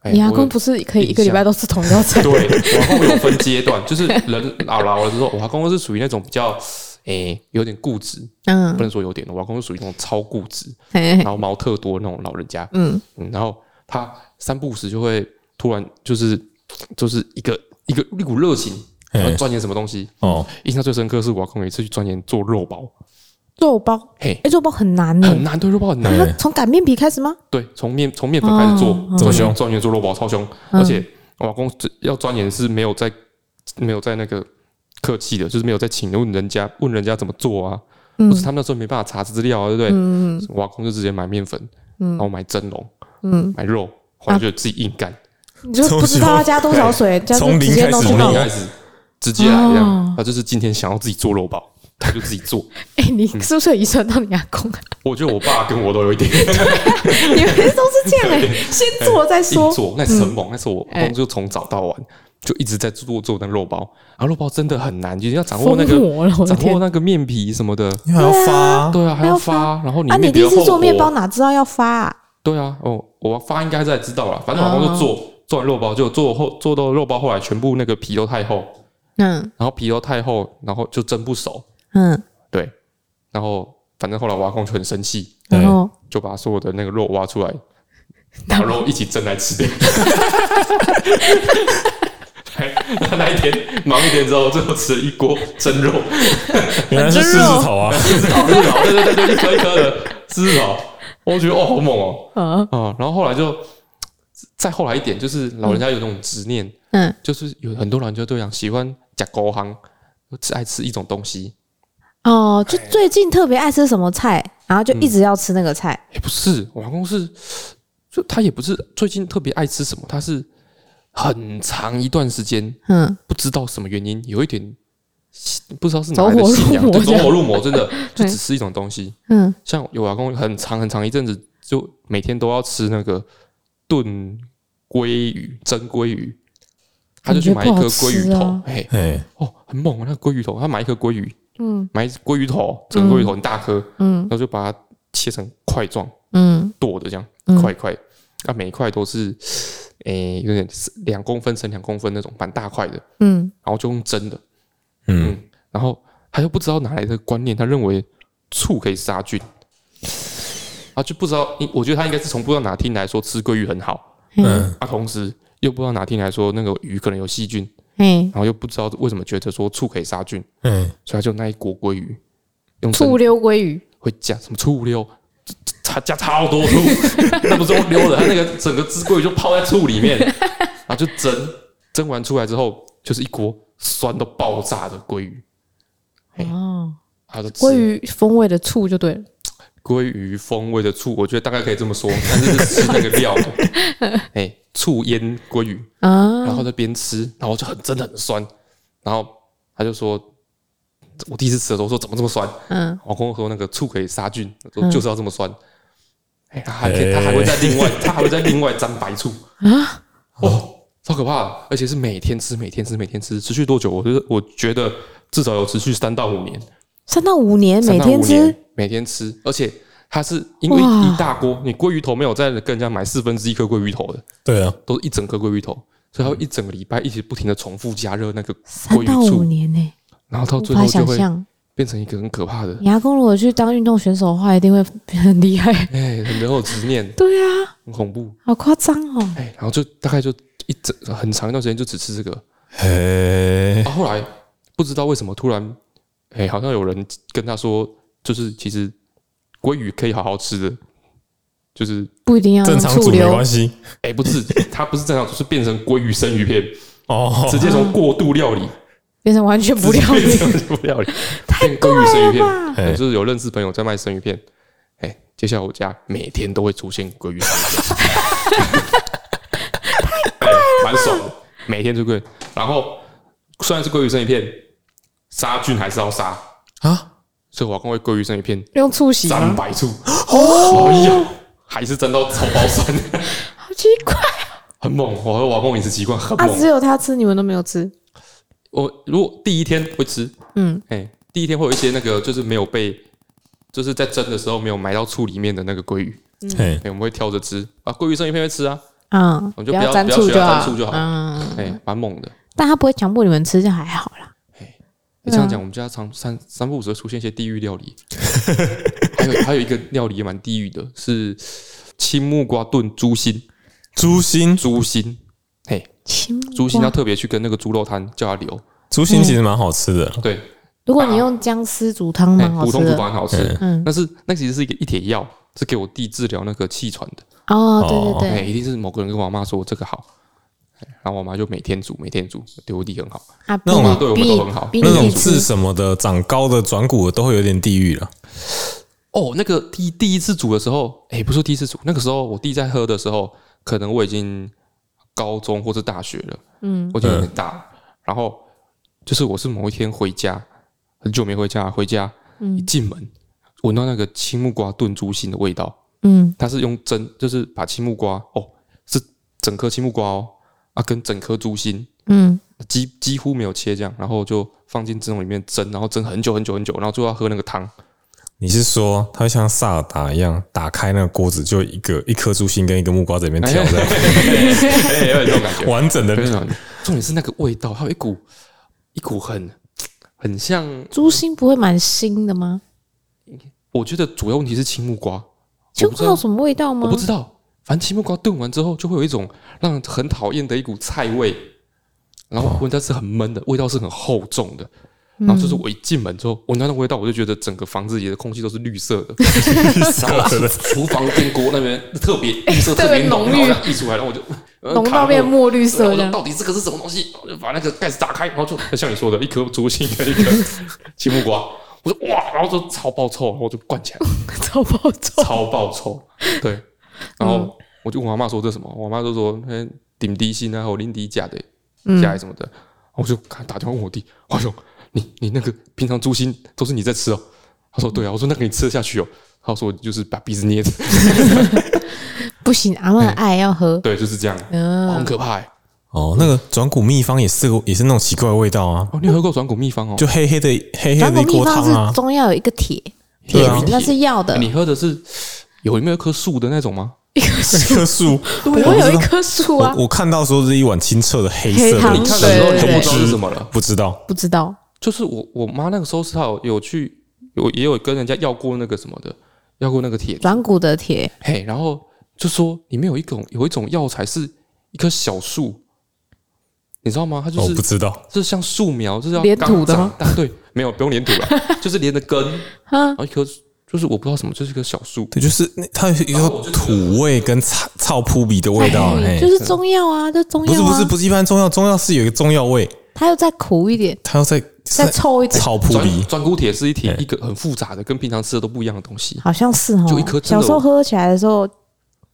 哎你阿我公不是可以一个礼拜都吃同一道菜？对，我阿公有分阶段， [LAUGHS] 就是人老老了之后，我阿公是属于那种比较诶、有点固执，嗯不，能说有点，我阿公是属于那种超固执，嘿嘿然后毛特多那种老人家。嗯，嗯，然后他三不五时就会突然就是就是一个一个一股热情，然后哎钻研什么东西。哦，印象最深刻是我阿公有一次去钻研做肉包，肉包，嘿哎、，肉包很难呢、很难，对肉包很难，它从擀面皮开始吗？对，从面从面粉开始做嗯哦，钻嗯研钻研做肉包超凶，嗯而且我阿公只要钻研是没有在没有在那个客气的，就是没有在请问人家问人家怎么做啊，嗯或是他们那时候没办法查资料啊，对不对？嗯我阿公就直接买面粉，然后买蒸笼，嗯，啊买肉，后来就自己硬干，你就不知道要加多少水，加从零直接开始弄从进从去零开肉始直接来这样哦，他就是今天想要自己做肉包，他就自己做。哎，你嗯是不是有遗传到你阿 [LAUGHS] 公啊？我觉得我爸跟我都有一点。你们都是这样哎，先做再硬说。做，那是很猛，那是我哎工作从早到晚就一直在做做那肉包，然后肉包真的很难，就是要掌疯握那个魔了，我的掌握天！那个面皮什么的，因为还要发，对啊，还还要要发，然后你啊，你面第皮一要次厚做面包薄，哪知道要发、啊？对啊，哦，我发应该在知道了，反正我就做做完肉包，就做后做到肉包后来全部那个皮都太厚，嗯然后皮都太厚，然后就蒸不熟，嗯，对，然后反正后来我阿公就很生气，然后就把所有的那个肉挖 [LAUGHS] 出来，把肉一起蒸来吃掉。那那一天忙一天之后，最后吃了一锅蒸肉，哦原来是狮子头啊，狮子头，狮子头， [LAUGHS] 对对对对，一颗一颗的狮子头，啊我觉得哦好猛哦嗯啊，啊、然后后来就再后来一点，就是老人家有那种执念，嗯，就是有很多老人家都讲喜欢夹高行，只爱吃一种东西，哦，就最近特别爱吃什么菜，然后就一直要吃那个菜。也哎不是，我老公是，就他也不是最近特别爱吃什么，他是很长一段时间嗯，不知道什么原因，有一点不知道是哪来的走火入信仰，魔对，这走样火入魔， [LAUGHS] 真的就只吃一种东西。嗯，像有老公很长很长一阵子，就每天都要吃那个炖鲑鱼、蒸鲑鱼，他就去买一颗鲑鱼感觉不头好吃啊，哎、哎，哦，很猛啊，那个鲑鱼头，他买一颗鲑鱼，嗯，买一只鲑鱼头，整个鲑鱼头很大颗，嗯然后就把它切成块状，嗯剁的这样嗯一块一块，那、每一块都是诶、有点两公分乘两公分那种蛮大块的，嗯，然后就用蒸的，嗯，然后他又不知道哪来的观念，他认为醋可以杀菌，啊就不知道，我觉得他应该是从不知道哪听来说吃鲑鱼很好，嗯，嗯，啊同时又不知道哪听来说那个鱼可能有细菌，嘿，然后又不知道为什么觉得说醋可以杀菌，嗯，所以他就那一锅鲑鱼用蒸醋溜鲑鱼，会加什么醋溜，加加超多醋， [LAUGHS] 那不是用溜的，它那个整个汁龟就泡在醋里面，然后就蒸，蒸完出来之后就是一锅酸到爆炸的鲑鱼，嘿哦，它的汁鲑鱼风味的醋就对了。鲑鱼风味的醋，我觉得大概可以这么说，但是是吃那个料的，哎、醋腌鲑鱼，啊，然后在边吃，然后就很真的很酸，然后他就说。我第一次吃的时候说怎么这么酸，嗯，我跟我说那个醋可以杀菌，说就是要这么酸。哎、他还可以，他还会再另外，他还会再另外沾白醋啊！哦，超可怕的，而且是每天吃，每天吃，每天吃，持续多久？我觉得，我觉得至少有持续三到五年，三到五年每三到天五吃年，，每天吃，而且它是因为一大锅，你鲑鱼头没有再跟人家买四分之一颗鲑鱼头的，对啊，都是一整颗鲑鱼头，所以它会一整个礼拜一直不停的重复加热那个鲑三到鱼五醋，年呢，然后到无最后法就想会象。变成一个很可怕的，你阿公如果去当运动选手的话，一定会 [LAUGHS] 很厉害。哎，很有执念，对啊，很恐怖。好夸张哦。哎，然后就大概就一整很长一段时间就只吃这个，嘿，啊，后来不知道为什么突然，哎、好像有人跟他说，就是其实鲑鱼可以好好吃的，就是不一定要正常醋嗯煮没溜关，系哎、不是，它不是正常，就是变成鲑鱼生鱼片，哦。直接从过度料理变成完全 [LAUGHS] 不料变理。 [LAUGHS] 成不 [LAUGHS] 料理，变鲑鱼生鱼片。嘿我就是有认识朋友在卖生鱼片，哎、接下来我家每天都会出现鲑鱼生鱼 [LAUGHS] 片，太蛮、爽的，每天出鲑鱼。然后虽然是鲑鱼生鱼片，杀菌还是要杀啊，所以我要跟我鲑鱼生鱼片用醋洗沾吗？白醋，哦，哎呀，还是沾到超爆酸，好奇怪， [LAUGHS] 很猛。我和瓦工饮食习惯很啊，只猛。有他吃，你们都没有吃。我哦如果第一天会吃，嗯，哎、第一天会有一些那个就是没有被，就是在蒸的时候没有埋到醋里面的那个鲑鱼。嘿哎、，我们会挑着吃啊，鲑鱼生鱼片会吃啊，嗯，我们就不不要沾不要醋学它好，沾醋就好嗯，哎、蛮猛的。但他不会强迫你们吃，就还好啦。嗯你这样哎讲，我们家常三三不五时会出现一些地狱 [LAUGHS] 料理，还有还有一个料理也蛮地狱的，是青木瓜炖猪心，猪心，猪心，嘿，青猪心瓜要特别去跟那个猪肉摊叫他留，猪心其实蛮好吃的，对，如果你用姜丝煮汤，哎蛮好吃普通猪的。板好吃，嗯，但是那其实是一个一帖药，是给我弟治疗那个气喘的，哦，对对哎、对，一定是某个人跟我妈说这个好，哎然后我妈就每天煮，每天煮，对我弟很好，啊，那种比你啊对我们比你都很好比那你自种己痣吃什么的、长高的、转骨的都会有点地狱了。哦，那个第第一次煮的时候，哎、不是第一次煮，那个时候我弟在喝的时候，可能我已经高中或是大学了，嗯，我已经有点大了。然后就是我是某一天回家，很久没回家，回家、一进门闻到那个青木瓜炖猪心的味道，嗯，它是用蒸，就是把青木瓜哦，是整颗青木瓜哦，啊，跟整颗猪心，嗯，几几乎没有切这样，然后就放进蒸笼里面蒸，然后蒸很久很久很久，然后最后要喝那个汤。你是说它会像萨尔达一样打开那个锅子，就一个一颗猪心跟一个木瓜在里面哎跳呀的，哎、有点这种感觉。 [LAUGHS] 完 [LAUGHS] 整的非常重点是那个味道，它有一股一股很很像，猪心不会蛮腥的吗？我觉得主要问题是青木瓜，青瓜我不知道有什么味道吗我不？知道，反正青木瓜炖完之后就会有一种让人很讨厌的一股菜味，然后闻它是很闷的，味道是很厚重的。然后嗯就是我一进门之后，闻到那味道，我就觉得整个房子里的空气都是绿色的， [LAUGHS] 然后厨房电锅那边特别绿色，特 [LAUGHS] 特别别浓，浓郁然后溢出来，然后我就呃浓到变木。墨绿色呃我这就样。到底这个是什么东西？我就把那个盖子打开，然后就像你说的，一颗竹心跟 [LAUGHS] 一颗青木瓜，我说哇，然后就超爆臭，然后我就灌起来，超爆臭， [LAUGHS] 超爆臭，对，嗯然后我就问我妈说这是什么，我妈就说哎顶低薪啊，我林迪假的嗯假的什么的，我就看打电话问我弟，华雄，你你那个平常猪心都是你在吃哦？他说对啊，我说那个你吃得下去哦？他说就是把鼻子捏着， [LAUGHS] 不行，阿妈的爱要喝。对，就是这样，嗯很可怕欸。哦。那个转骨秘方也是个也是那种奇怪的味道啊，哦，你有喝过转骨秘方哦？就黑黑的黑黑然的后一秘锅方汤啊是，中药有一个铁，对铁啊子那是药的欸。你喝的是有没有一棵树的那种吗？一棵树，不会有一棵树啊啊我？我看到说是一碗清澈的黑色黑的糖你东看西的时候对你就对不对知道是什么了。不知道不知道，就是我我妈那个时候是她有有去有也有跟人家要过那个什么的，要过那个铁，软骨的铁，嘿，然后就说里面有一种有一种药材是一棵小树，你知道吗？它就哦我是不知道这像树苗，这是要连土的刚吗长大？对，没有不用连土 [LAUGHS] 了，就是连着根，啊然后一棵就是我不知道什么，就是一棵小树。对，哦就是那它有一种土味跟草草扑鼻的味道，哎嘿就是中药啊，就中不是药不是啊。不是一般中药，中药是有一个中药味，它又再苦一点，它要在再臭一点，草扑转鼻，转骨铁是一铁嘿一个很复杂的，跟平常吃的都不一样的东西。好像是哦。就一颗真小的时候喝起来的时候，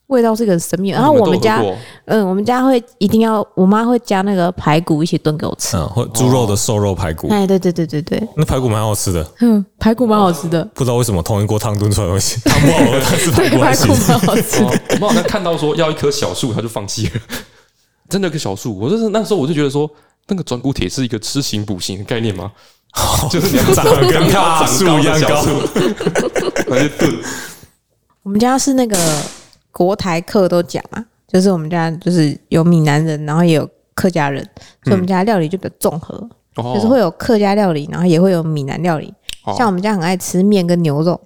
味道是个很神秘的。然后你我都们有喝家， [LAUGHS] 过嗯，我们家会一定要，我妈会加那个排骨一起炖给我吃。嗯，或猪肉的瘦肉排嗯骨，哎，对对对对对，那排骨蛮好吃的，嗯，排骨蛮好吃 [LAUGHS] 的，不知道为什么同一锅汤炖出来的东西，汤不好喝，但是排对，骨还排骨 [LAUGHS] 行。蛮好吃的。 [LAUGHS] 哦我们好像看到说要一棵小树，他就放弃了。真的有一棵小树，我就是那时候我就觉得说，那个转骨铁是一个吃行补行的概 [LAUGHS] 念吗？哦就是你要长得跟大树一长的样高小树，而且炖我们家是那个国台客都讲啊，就是我们家就是有闽南人，然后也有客家人，所以我们家料理就比较综合，嗯哦就是会有客家料理，然后也会有闽南料理。哦像我们家很爱吃面跟牛肉，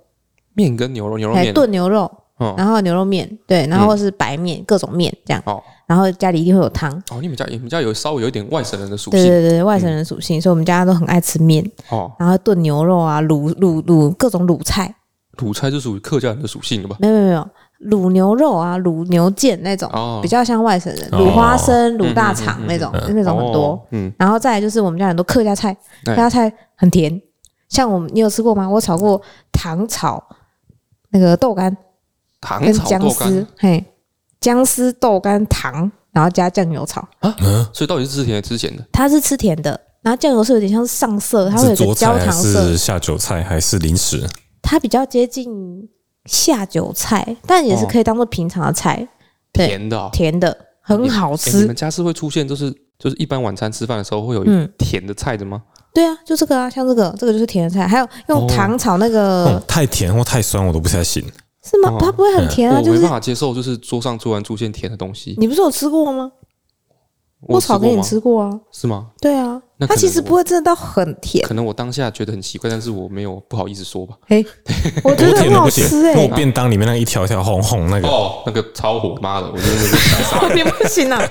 面跟牛肉牛肉还面哎有炖牛肉，哦嗯然后牛肉面，对，然后或是白面、各种面这样。哦，然然后家里一定会有汤。哦，你们家你们家有稍微有一点外省人的属对性嗯对对对，外省人属性，所以我们家都很爱吃面，哦，然后炖牛肉啊，卤卤卤各种卤菜，鲁菜是属于客家人的属性了吧？没有没有没有，卤牛肉啊，卤牛腱那种，哦比较像外省人，哦卤花生、嗯卤大肠嗯嗯嗯那种，那种很多。哦，嗯，然后再来就是我们家很多客家菜，对客家菜很甜，像我们你有吃过吗？我炒过糖炒那个豆干糖跟炒姜豆干丝，，嘿，姜丝豆干糖，然后加酱油炒，所以到底是吃甜的吃咸的？它是吃甜的，然后酱油是有点像上色，它会有是一个佐焦菜糖还色，是下酒菜还是零食？它比较接近下酒菜，但也是可以当做平常的菜，对甜的哦，甜的很好诶你吃。们家是会出现就是就是一般晚餐吃饭的时候会有嗯甜的菜的吗？对啊，就这个啊，像这个，这个就是甜的菜，还有用哦糖炒那那个、种哦太甜或太酸我都不太行。是吗哦？它不会很甜啊，我就没是办法接受，就是桌上突然出现甜的东西。你不是有吃过吗？我有炒过给你吗吃过啊，是吗？对啊那，它可能其实我不会真的到很甜，可能我当下觉得很奇怪，但是我没有不好意思说吧。嘿，我觉得我甜很的好不行，吃因哎、为我便当里面那个一条一条红红那个，哦，那个超火妈的，我真的是你不行啊，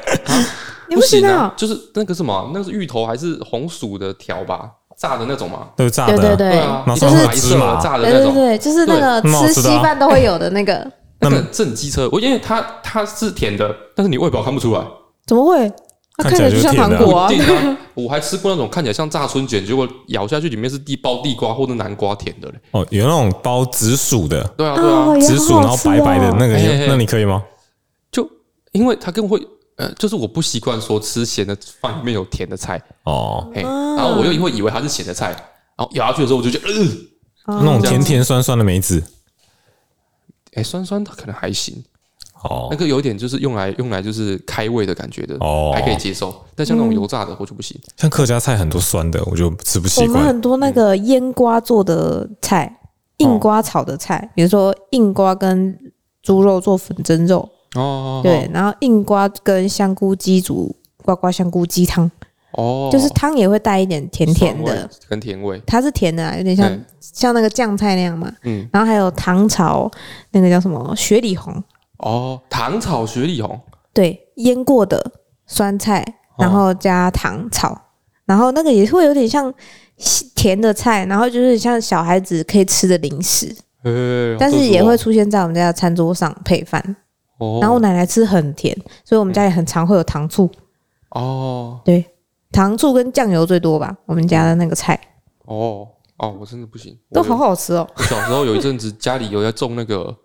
你不行啊！就是那个什么，那个是芋头还是红薯的条吧，炸的那种嘛。都是炸对的对啊。对，啊，然后就上面是白白芝色麻的炸的对那对种。对，就是那个对很好吃吃的啊稀饭都会有的那个，那个正机车，我因为它它是甜的，但是你外表看不出来。怎么会？它看起起来来就就是像甜糖的啊果啊不一，定啊，我还吃过那种看起来像炸春卷，结果咬下去里面是地包地瓜或者南瓜甜的嘞。哦，有那种包紫薯的，对啊，对啊啊，，也紫薯好然好后吃白白的哦。那个嘿嘿嘿，那你可以吗？就因为它更会呃，就是我不习惯说吃咸的饭里面有甜的菜，哦，嘿，啊然后我又因为以为它是咸的菜，然后咬下去的时候我就觉得，呃，那种哦甜甜酸酸的梅子，哎，酸酸的可能还行，那哦，个有点就是用来用来就是开胃的感觉的，哦还可以接受，但像那种油炸的我就不行。像客家菜很多酸的，我就吃不我习们惯。很多那个嗯腌瓜做的菜，硬瓜炒的哦菜，比如说硬瓜跟猪肉做粉蒸肉，哦，嗯对，然后硬瓜跟香菇鸡煮呱呱香菇鸡汤，哦，就是汤也会带一点甜甜酸的味，跟甜味，它是甜的啊，有点像嗯像那个酱菜那样嘛。嗯，然后还有糖炒那个叫什么雪里红，哦，糖炒雪里红，对，腌过的酸菜，哦然后加糖炒，然后那个也会有点像西甜的菜，然后就是像小孩子可以吃的零食，呃，但是这也我会出现在我们家的餐桌上配饭。哦，然后我奶奶吃很甜，所以我们家里很常会有糖醋，哦对，糖醋跟酱油最多吧，我们家的那个菜哦哦，我真的不行，都我有好好吃哦。我小时候有一阵子家里有在种那个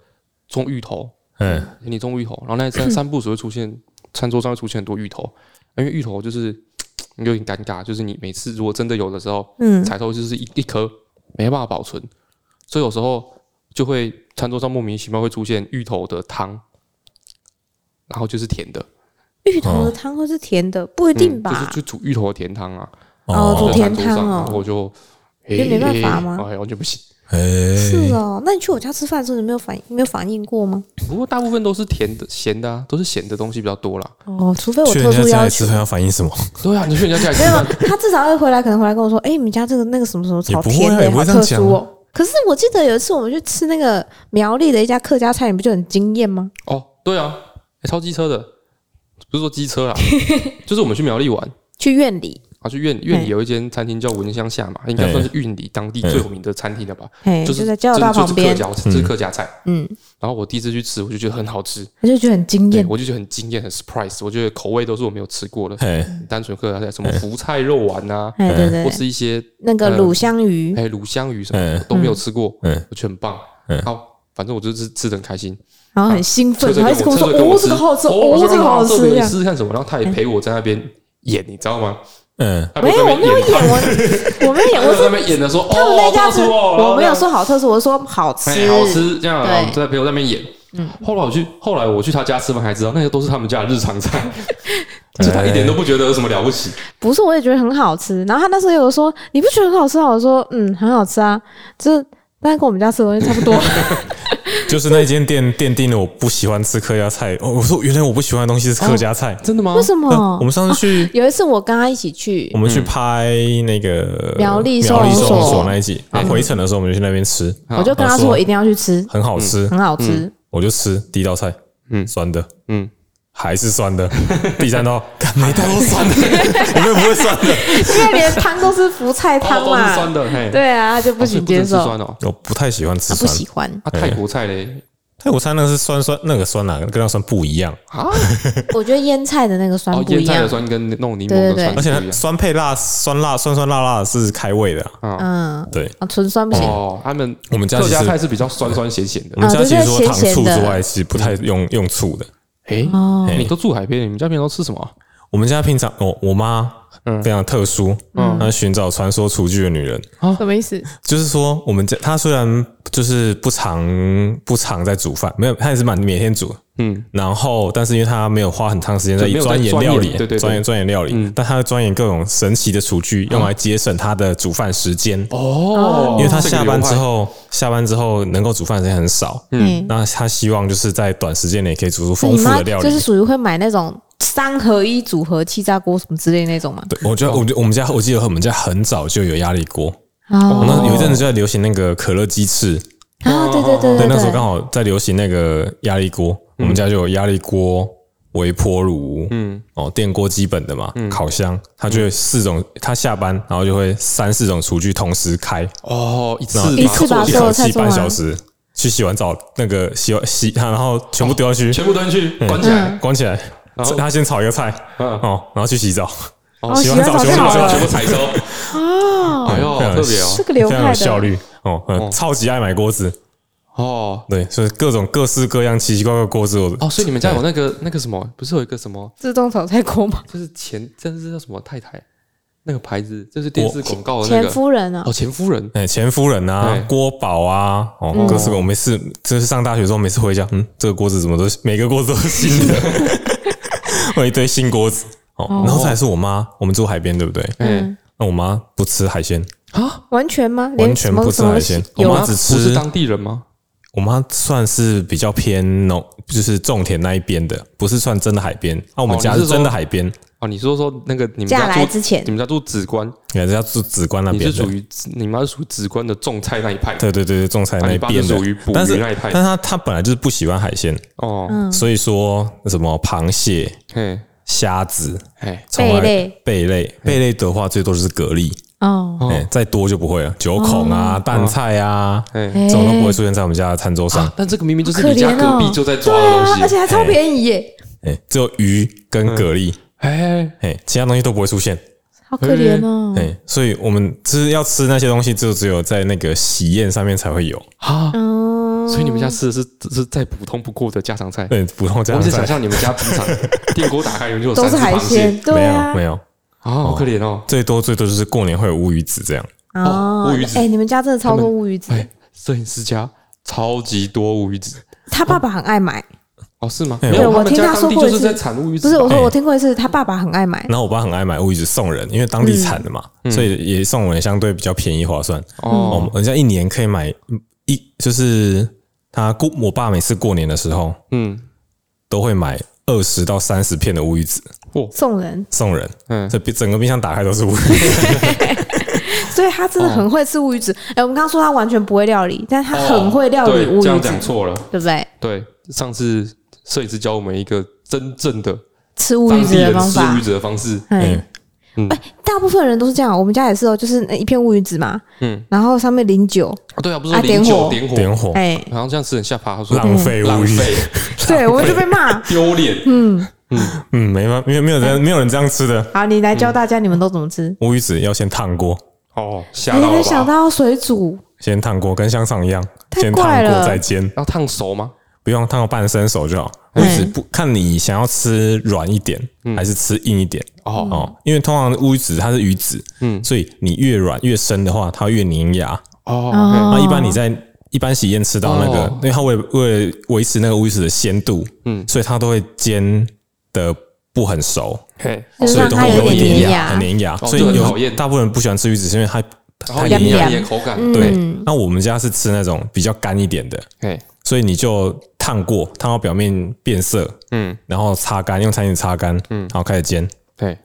种芋头，嗯，你种芋头，然后 [LAUGHS] 那三三不时会出现餐桌上会出现很多芋头，因为芋头就是嗯有点尴尬，就是你每次如果真的有的时候，嗯，采收就是一一颗没办法保存，所以有时候就会餐桌上莫名其妙会出现芋头的汤，然后就是甜的，芋头的汤会是甜的，不一定嗯吧？就是就煮芋头的甜汤啊，哦煮在甜餐桌汤上，哦然后我就。就没办法吗哎，完全不行。是哎，哦，那你去我家吃饭的时候，你没有反没有反应过吗？不过大部分都是甜的、咸的啊，都是咸的东西比较多啦。哦，除非我去特人家殊家要里求吃，饭要反映什么？对啊，你去人家家里吃没 [LAUGHS] 有 [LAUGHS] 饭，，他至少会回来，可能回来跟我说，哎、你们家这个那个什么什么炒甜的、也不会好啊特殊哦。可是我记得有一次我们去吃那个苗栗的一家客家菜，你不就很惊艳吗？哦，对啊，欸、超机车的，不是说机车啦， [LAUGHS] 就是我们去苗栗玩，去院里，啊，去院院里有一间餐厅叫闻香下马，应该算是院里当地最有名的餐厅了吧？哎、就是就在交流道旁边就是，客家，这是客家菜。嗯，然后我第一次去吃，我就觉得很好吃，他就觉得很惊对艳。我就觉得很惊艳，很 surprise。我觉得口味都是我没有吃过的，嘿，单纯客家菜，什么福菜肉丸啊，哎，对对或对，是一些那个呃卤香鱼，哎卤香鱼什么嗯的都没有吃过，嗯我觉得很棒嗯。好，反正我就是吃的很开心。然后很兴啊奋，然后一直跟我说：“哦，我这个好好吃，哦，这个好好吃。”这你样哎试试看什么？然后他也陪我在那边演，你知道吗？嗯，他没有，我没有演，他我我没有演， [LAUGHS] 他我在是那边演的说，他们哦，那好家吃子，哦，我没有说好特殊，我说好吃，哎好吃这样，对嗯然后在陪我在那边演。后来我去，后来我去他家吃饭才知道，那些都是他们家的日 [LAUGHS] 常菜，就是他一点都哎不觉得有什么了不起。不是，我也觉得很好吃。然后他那时候有说：“你不觉得很好吃吗？”我说：“嗯，很好吃啊，就是大概跟我们家吃的东西差不多。就是那间店奠定了我不喜欢吃客家菜。哦，我说原来我不喜欢的东西是客家菜。真的吗为？什么 [LAUGHS] 那我？们上次去，有一次我跟他一起去我，嗯们去拍那个苗栗收苗栗容收容所所那一集，啊，嗯回程的时候我们就去嗯那边吃，我就跟他说我一定要去吃，很好吃，很好吃。我就吃第一道菜，嗯酸的，嗯，还是酸的。 [LAUGHS] 第三道，干每道都 [LAUGHS] 酸的，我们不会酸的，因为连汤都是福菜汤哦都是嘛酸，的，嘿，对啊，就不哦所以行不能接吃受，酸哦。我不太喜欢吃啊不酸。喜欢。啊，哎泰国菜嘞，泰国餐那个是酸酸，那个酸哪、跟那酸不一样，啊，我觉得腌菜的那个酸哦，不腌一菜样的，酸跟那种柠檬对的对酸而不且一它样。酸配辣，酸辣酸酸辣辣是开胃的啊、啊，嗯，对，啊，纯酸不行，哦，他们我们家客家其实菜是比较酸酸咸咸的我。们家其实除了糖都是咸醋咸的之外，其实不太用用醋的。哎，哦，你都住海边，你们家平常都吃什么啊？我们家平常，哦我我妈嗯非常特殊，嗯她寻找传说厨具的女人，什么意思？就是说我们家她虽然就是不常不常在煮饭，没有，她也是蛮每天煮，嗯，然后，但是因为他没有花很长时间在就没有在钻研钻研料理，对对对钻研钻研料理，嗯但他钻研各种神奇的厨具，用来节省他的煮饭时间。哦因为他下班之，后，下班之后能够煮饭的时间很少，嗯，那他希望就是在短时间内可以煮出丰你富妈的料理就。是属于会买那种三合一组合气炸锅什么之类那种嘛，对，我觉得，我觉得我们家，我记得我们家很早就有压力锅，我哦们有一阵子就在流行那个可乐鸡翅，啊，对对对嗯对对，那时候刚对，好在流行那个压力锅，我们家就有压力锅、微波炉，嗯，哦，电锅基本的嘛，嗯烤箱，它就会四种，它下班然后就会三四种厨具同时开，哦，一次那一次把一所有口菜气做完半小时，去洗完澡，那个洗完洗，然后全部丢下哦去，全部端去关起来，关起来，然后他先炒一个菜，嗯哦，然后去洗澡，哦哦，洗洗完完澡澡全就部好全部全部了，采收，哎呦，特别这哦，个非流常有派效的，率，哦，呃超级爱买锅子，哦。对，所以各种各式各样奇奇怪怪的锅子，我哦，所以你们家有那个那个什么，不是有一个什么，自动炒菜锅吗？就是前，真是叫什么太太那个牌子，就是电视广告的那前个夫人啊哦，，前夫人哎，前夫人啊对，锅宝啊，哦，各式各，我每次就是上大学之后，每次回家，嗯，这个锅子怎么都是 [LAUGHS] 每个锅子都是新的，我有一堆新锅子哦。然后再来是我妈，我们住海边，对不对？嗯哎那我妈不吃海鲜，啊，完全吗？连完全不吃什么海鲜。我有啊妈哦不只是吃，当地人吗？我妈算是比较偏农，就是种田那一边的，不是算真的海边。那我们哦家你是是真的说海边，哦，你说说那个你们嫁家来住之前你们家住紫关，人家住紫关那你边是的属。于你妈是属于紫关的种菜那一派对对对对，种菜啊那你一爸是边的属于捕，但是鱼那一派但她她本来就是不喜欢海鲜，哦，嗯所以说什么螃蟹、嘿，哎虾子、嘿，从来贝类、贝类、贝类的话，最多就是蛤蜊，哦，哦哎，再多就不会了。九孔啊、淡菜啊，嘿。这种都不会出现在我们家的餐桌上啊。哎但这个明明就是好可你家怜哦隔壁就在抓对的东啊，而且西，还超便宜耶，哎，只有鱼跟蛤蜊，哎，哎，其他东西都不会出现。好可怜哦，哎，所以我们吃要吃那些东西，就只有在那个喜宴上面才会有。啊，嗯，所以你们家吃的是是再普通不过的家常菜。对，啊普通家我常只想菜象你们家平常电锅打开，里面就有都三是只海螃鲜蟹，对没啊有没，有，啊，好可怜哦。最多最多就是过年会有乌鱼子这样。哦乌鱼子哎，你们家真的超他多们乌鱼子，哎，摄影师家超级多乌鱼子他爸爸很爱买，哦，是吗？对没有，我们听家他当说地过就一是次在产乌不鱼子，是我哎说我听过一次，他爸爸很爱买，然后我爸很爱买乌鱼子送人，因为当地产的嘛，所以也送人相对比较便宜划算。哦哦，人家一年可以买嗯一，就是他过我爸每次过年的时候嗯，都会买二十到三十片的乌鱼子送人，送人，嗯这整个冰箱打开都是乌鱼子，所以他真的很会吃乌鱼哦子。哎、我们刚刚说他完全不会料理，但他很会料理对乌鱼这样子，讲错了。对不对？对，上次摄影师教我们一个真正的吃乌当鱼子地的人方吃乌法鱼。子的方式，嗯嗯，哎大部分人都是这样，我们家也是哦，就是那一片乌鱼子嘛，嗯嗯，然后上面淋酒，啊，对啊，不是啊说零九点点火，点火哎、然后这样吃很下趴，他说浪费乌浪鱼，费，对我就被骂。丢脸，嗯，嗯，没办没有没有人没有人这样吃的好，你来教大家你们都怎么吃。乌鱼子要先烫锅，哦，吓没到没了想吧？到要水煮，先烫锅跟香肠一样，太先烫怪锅了再煎，要烫熟吗？不用烫到半生熟就好。乌嗯鱼子不看你想要吃软一点还是吃硬一点哦哦，因为通常乌鱼子它是鱼子，嗯嗯，所以你越软越深的话，它越粘牙。哦，那一般你在一般喜宴吃到那个，哦因为它为为了维持那个乌鱼子的鲜度，嗯嗯，所以它都会煎的不很熟，嘿，就是所以让都它会有一点点粘牙很粘牙，哦所以这个很讨有厌大部分人不喜欢吃鱼子，是因为它然后它也黏粘有牙黏。点口感，嗯对对，，那我们家是吃那种比较干一点的，嘿，所以你就烫过，烫到表面变色，嗯，然后擦干，用餐巾擦干，嗯，然后开始煎，嘿，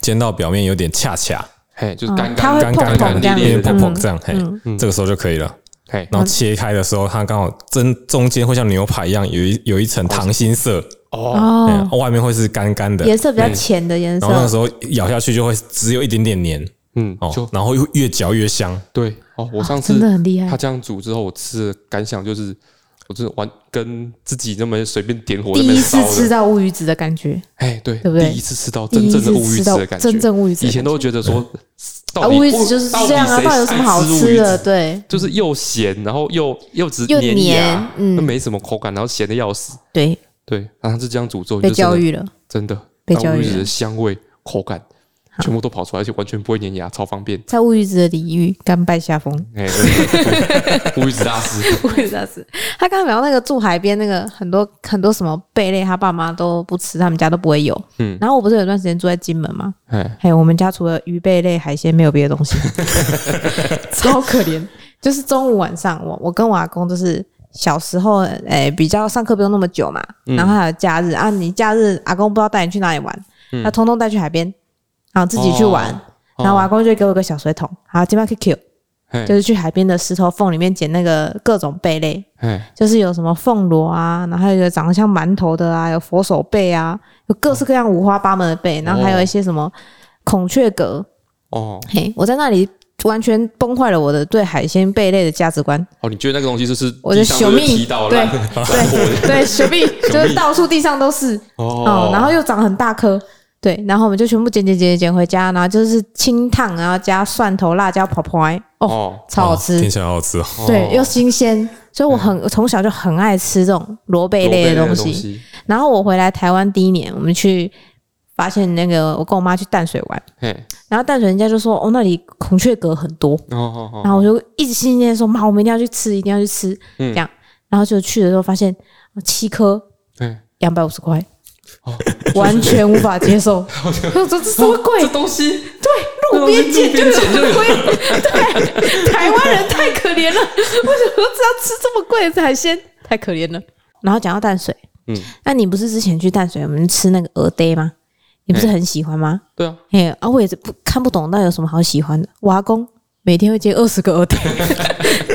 煎到表面有点恰恰，嘿，就是干嗯它会干干碰干碰这干样干，子嗯有的点感碰碰这样，嘿，嗯这个时候就可以了。觉，嘿，然后切开的时候，它刚好真中间会像牛排一样有一有一层溏心色，哦，嗯哦，，外面会是干干的，颜色比较浅的颜色然后，那个时候咬下去就会只有一点点黏嗯，哦就，然后越嚼越香。对哦，我上次真的很厉害他。这样煮之后，我吃的感想就是，我真的完跟自己那么随便点火那第边一烧次吃的，到乌鱼子的感觉，哎，对，对不对第一次吃到第真一正的次乌吃鱼子到的感觉，真正乌鱼子以的前感觉，都觉得说，到啊，底乌鱼子就是这样啊，到底有什么好吃的？？对，就是又咸，然后又又只又粘黏牙，嗯那没什么口感，然后咸的要死。对，对，然后是这样煮之后，被就真的教育了，真的，被教育那乌鱼子了的香味、口感全部都跑出来，而且完全不会粘牙，超方 [LAUGHS] 便。在乌鱼子的领域甘拜下风。哎，对乌鱼子大师，乌鱼子好吃。 [LAUGHS] 他刚刚讲到那个住海边那个很多很多什么贝类，他爸妈都不吃，他们家都不会有。嗯然后我不是有段时间住在金门嘛，哎，还有我们家除了鱼贝类海鲜没有别的东 [LAUGHS] 西，超可怜。就是中午晚上，我我跟我阿公就是小时候，诶、比较上课不用那么久嘛，嗯然后还有假日啊，你假日阿公不知道带你去哪里玩，他通通带去海边，然后自己去玩，嗯哦 [LAUGHS] 哎然后我阿公就给我一个小水桶，好，今晚 QQ 嘿就是去海边的石头缝里面捡那个各种贝类，哎，就是有什么凤螺啊，然后还有一个长得像馒头的啊，有佛手贝啊，有各式各样五花八门的贝，然后还有一些什么孔雀蛤，哦嘿，我在那里完全崩坏了我的对海鲜贝类的价 [LAUGHS] 值观。哦，你觉得那个东西就是我的地上朽就是命踢到对烂对对，雪碧哦就是到处地上都是， [LAUGHS] 哦哦，，然后又长很大颗，对，然后我们就全部捡捡捡捡捡回家，然后就是清烫，然后加蒜头、辣椒、泡泡，哦，哦超好哦吃听，起来好好吃哦。对，又新鲜，所以我很我从小就很爱吃这种螺贝类的螺东贝东西。西，然后我回来台湾第一年，我们去发现那个我跟我妈去淡水玩，嘿，然后淡水人家就说哦那里孔雀蛤很多，哦哦哦，然后我就一直心心念念说妈我们一定要去吃，一定要去吃，嗯这样，然后就去的时候发现哦七颗嘿两百五十块哦。完全无法接 [LAUGHS] 受，我说这什么鬼？这东西路边捡就有捡就有贵， [LAUGHS] 对，台湾人太可怜了，为什么只要吃这么贵的海鲜？太可怜了。然后讲到淡水，嗯嗯，那你不是之前去淡水我们吃那个鹅呆吗？你不是嘿很喜欢吗？对啊，嘿，啊，我也是不看不懂，那有什么好喜欢的？我阿公每天会接二十个鹅呆，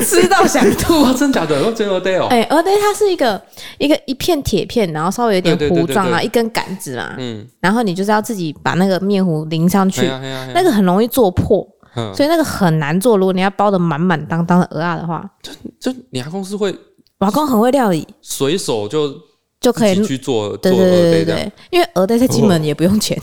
吃到想吐 [LAUGHS] 哇，。真假的，我真有带哦，哎、鹅呆它是一个一个一片铁片，然后稍微有点对对对糊状对啊，对一根杆子嘛，嗯，然后你就是要自己把那个面糊淋上去嘿，呀嘿哎呀，嘿呀那个很容易做破。嗯所以那个很难做。如果你要包的满满当当的鹅啊的话，就你阿公是会瓦工很会料理，随手就就可以自己。去做做对对鹅对背对这样，对，因为鹅蛋在金门也不用 [LAUGHS] 钱，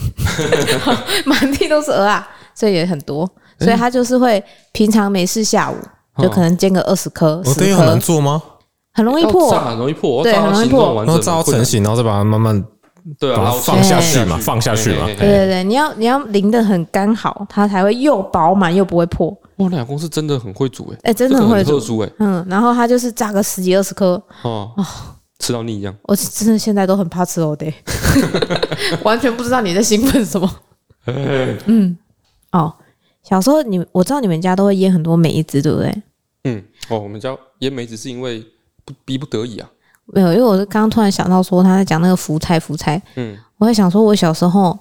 满地都是鹅啊，所以也很多。所以他就是会平常没事下午嗯就可能煎个二十颗、哦，十对，很难颗，做吗？很容易要破哦炸。很容易破，对炸到很容易形状破完然后整炸很到困成难型，然后再把它慢慢对啊，把它然后放炸下下去嘛放下去嘿嘛嘿嘿对对对，你要你要淋的很刚好，它才会又饱满又不会破。哇，那阿公是真的很会煮哎，哎，真的这很个会特煮。殊哎，嗯，然后它就是炸个十几二十颗，哦，吃到腻一样，我真的现在都很怕吃 [LAUGHS] 欧的，完全不知道你在兴奋什么。嗯，哦，小时候你我知道你们家都会腌很多梅子，对不对？嗯，哦，我们家腌梅子是因为不逼不得已啊，没有，因为我是刚刚突然想到说他在讲那个福菜，福菜，嗯，我在想说我小时候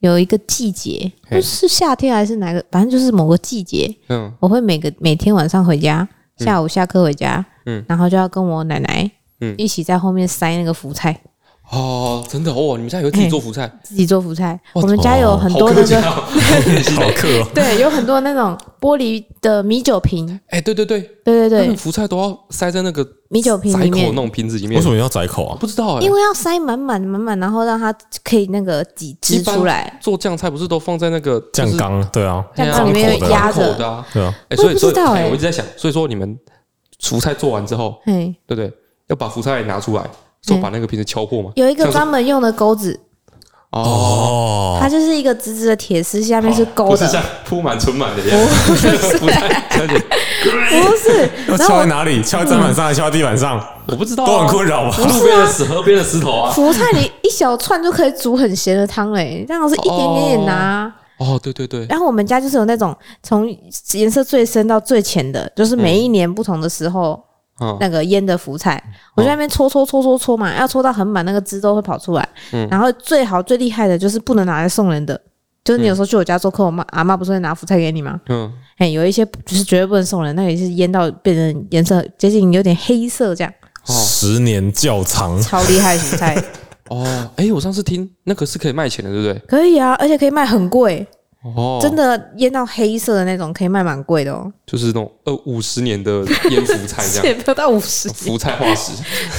有一个季节，嘿是夏天还是哪个，反正就是某个季节，嗯我会每个每天晚上回家，下午下课回家，嗯然后就要跟我奶奶，嗯一起在后面塞那个福菜，哦，真的哦，你们家有自己做福菜，自己做福菜。我哇们家有哦很好多客那个家。 [LAUGHS] 哦好克哦。对，有很多那种玻璃的米酒瓶，哎，对对对，对对那对，福菜都要塞在那个米酒瓶窄里嗯口面那，种瓶子里面为什，么要窄口啊？不知道哎，因为要塞满满满满，然后让它可以那个挤汁一般出来。做酱菜不是都放在那个酱？缸对啊，酱缸里面有压着口的啊，对啊，我哎，所也以不所以知道哎哎我一直在想，所以说你们蔬菜做完之后，嘿，对不对？要把福菜拿出来，是要把那个瓶子敲破吗？嗯有一个像是专门用的钩子，哦，哦，它就是一个直直的铁丝，下面是不勾是像的，铺满存满的这样，不是不是，不是。 [LAUGHS] 然后要敲在我哪里？敲在砧板上，还是敲在地板上， [LAUGHS] 我不知道啊，都很困扰吧？路边的石河边的石头啊。 [LAUGHS] 福菜你一小串就可以煮很咸的汤嘞，这样是一点点也拿。 [LAUGHS] 哦，对对对，然后我们家就是有那种从颜色最深到最浅的，就是每一年不同的时候嗯那个腌的福菜，我就在那边搓搓搓搓搓嘛，要搓到很满，那个汁都会跑出来。嗯然后最好最厉害的就是不能拿来送人的，就是你有时候去我家做客，我妈阿妈不是会拿福菜给你吗？嗯，哎，有一些就是绝对不能送人，那也是腌到变成颜色接近有点黑色这样，哦十年较嗯 [LAUGHS] 长，超厉害的福菜。哦，哎，我上次听那个是可以卖钱的，对不对？可以啊，而且可以卖很贵，哦，真的腌到黑色的那种可以卖蛮贵的哦，就是那种呃五十年的腌福菜 [LAUGHS] 这也样，没有到五十，福菜化石，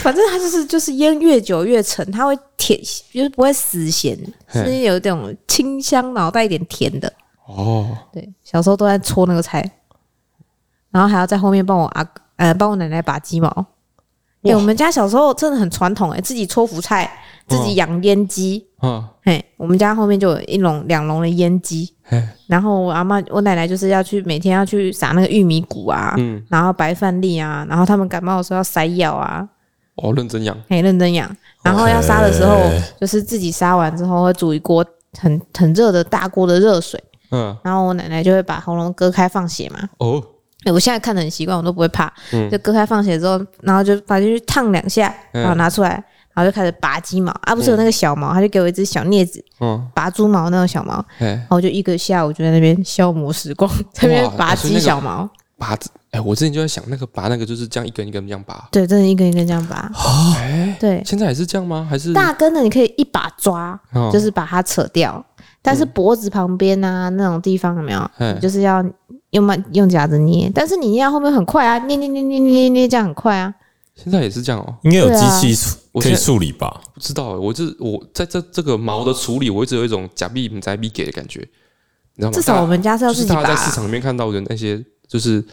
反正它就是就是腌越久越沉，它会甜，就是不会死咸，嘿是有这种清香，然后带一点甜的。 [LAUGHS] 哦，对，小时候都在搓那个菜，然后还要在后面帮我阿呃帮我奶奶拔鸡毛。哎、我们家小时候真的很传统哎、自己搓福菜，自己养腌鸡。啊，嘿、我们家后面就有一笼两笼的腌鸡，嘿，然后我阿妈我奶奶就是要去每天要去撒那个玉米谷啊，嗯，然后白饭粒啊，然后他们感冒的时候要塞药啊，哦，认真养，很认真养。然后要杀的时候 OK，就是自己杀完之后会煮一锅很很热的大锅的热水，嗯，然后我奶奶就会把喉咙割开放血嘛，哦，欸我现在看的很习惯，我都不会怕。嗯就割开放血之后，然后就把进去烫两下，嗯然后拿出来，然后就开始拔鸡毛。啊，不是有那个小毛，他就给我一只小镊子，嗯，拔猪毛那种小毛。然嘿，后我就一个下午就在那边消磨时光，在那边拔鸡小毛。拔子，哎，我之前就在想那个拔那个就是这样一根一根这样拔，对，真的一根一根这样拔。哎，对，现在也是这样吗？还是大根的你可以一把抓，哦就是把它扯掉。但是脖子旁边啊那种地方有没有？嗯你就是要用慢用夹子捏，但是你捏到后面很快啊，捏捏捏捏捏捏捏，这样很快啊。现在也是这样哦？应该有对机啊器处我可以现在处理吧？不知道哎，我这我在这这个毛的处理，我一直有一种假币在币给的感觉，你知道吗？至少我们家是要嗯就自是己大拔家在啊。市场里面看到的那些，就是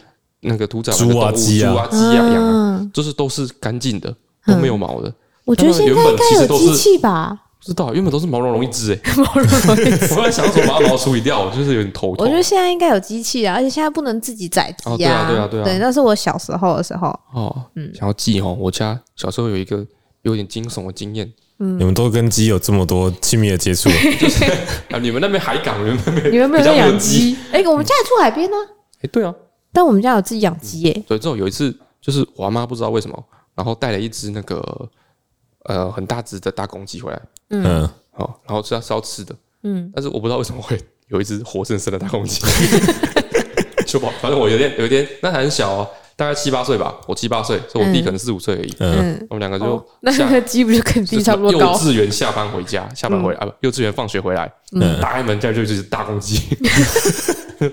那个屠宰完的猪啊动物鸡啊猪啊、鸡啊、羊啊，嗯，就是都是干净的，都没有毛的。我觉得现在应该有机器吧。不知道，原本都是毛茸茸一只哎、毛茸茸一只 [LAUGHS] 我在想说把它毛处理掉，就是有点头我痛觉。得现在应该有机器啊，而且现在不能自己宰鸡哦对啊对啊对对啊那是我小时候的时 [LAUGHS] 候，哦，嗯想要记哦，我家小时候有一个有点惊悚的经验你们都跟鸡有这么多亲密的接触，啊，你们那边海港人那边，你们没有比较在没有养鸡？哎，我们家也住海边呢，哎，对啊，但我们家有自己养鸡耶。所以之后有一次，就是我阿妈不知道为什么，然后带了一只那个呃很大只的大公鸡回来，嗯，哦，然后是要烧吃的，嗯，但是我不知道为什么会有一只活生生的大公鸡， [LAUGHS] 就吧，反正我有点有点，那还很小哦，大概七八岁吧，我七八岁，所以我弟可能四五岁而已，嗯我们两个就哦那下那个鸡不就跟你就弟是差不多幼高？嗯稚园下班回家，下班回来、啊，不，幼稚园放学回来，嗯打开门家就是大 [LAUGHS] 公鸡，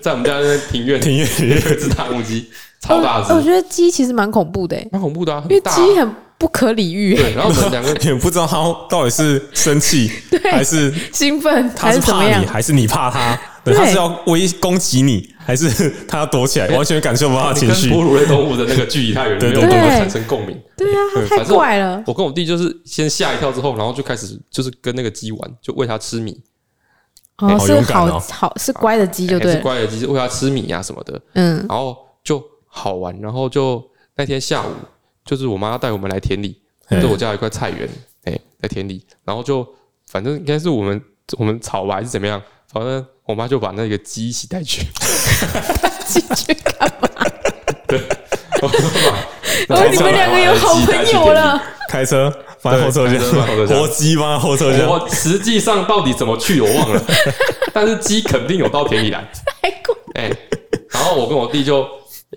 在我们家那庭院庭院有一只大公鸡，超大哦我只，觉得鸡其实蛮恐怖的耶，蛮恐怖的啊，因为很大啊鸡很不可理喻，对，然后我们 [LAUGHS] 两个也不知道他到底是生气 [LAUGHS] 还是兴奋他还是是怎么怕样你，？还是你怕他？对，对他是要威攻击你，还是他要躲起来？完全感受不到他的你情跟绪哺。乳类动物的那个距离太远，对没有对办法对产生共鸣。对啊，它对太反正哎怪了。我跟我弟就是先吓一跳之后，然后就开始就是跟那个鸡玩，就喂它吃米，哎哦，好是勇敢哦好好是乖的鸡就啊还对是了，乖的鸡，喂它吃米啊什么的， [LAUGHS] 嗯， [LAUGHS] 然后就好玩。然后就那天下午，就是我妈带我们来田里，嗯就我家有一块菜园，哎、在田里，然后就反正应该是我们我们吵吧还是怎么样，反正我妈就把那个鸡一起带去， [LAUGHS] 鸡去干嘛？我就把哦，你们两个有好朋友了。啊开车放在后车对开车放后车厢，厢 [LAUGHS] 活鸡放在后车厢，我实际上到底怎么去我忘了， [LAUGHS] 但是鸡肯定有到田里来，太过哎、然后我跟我弟就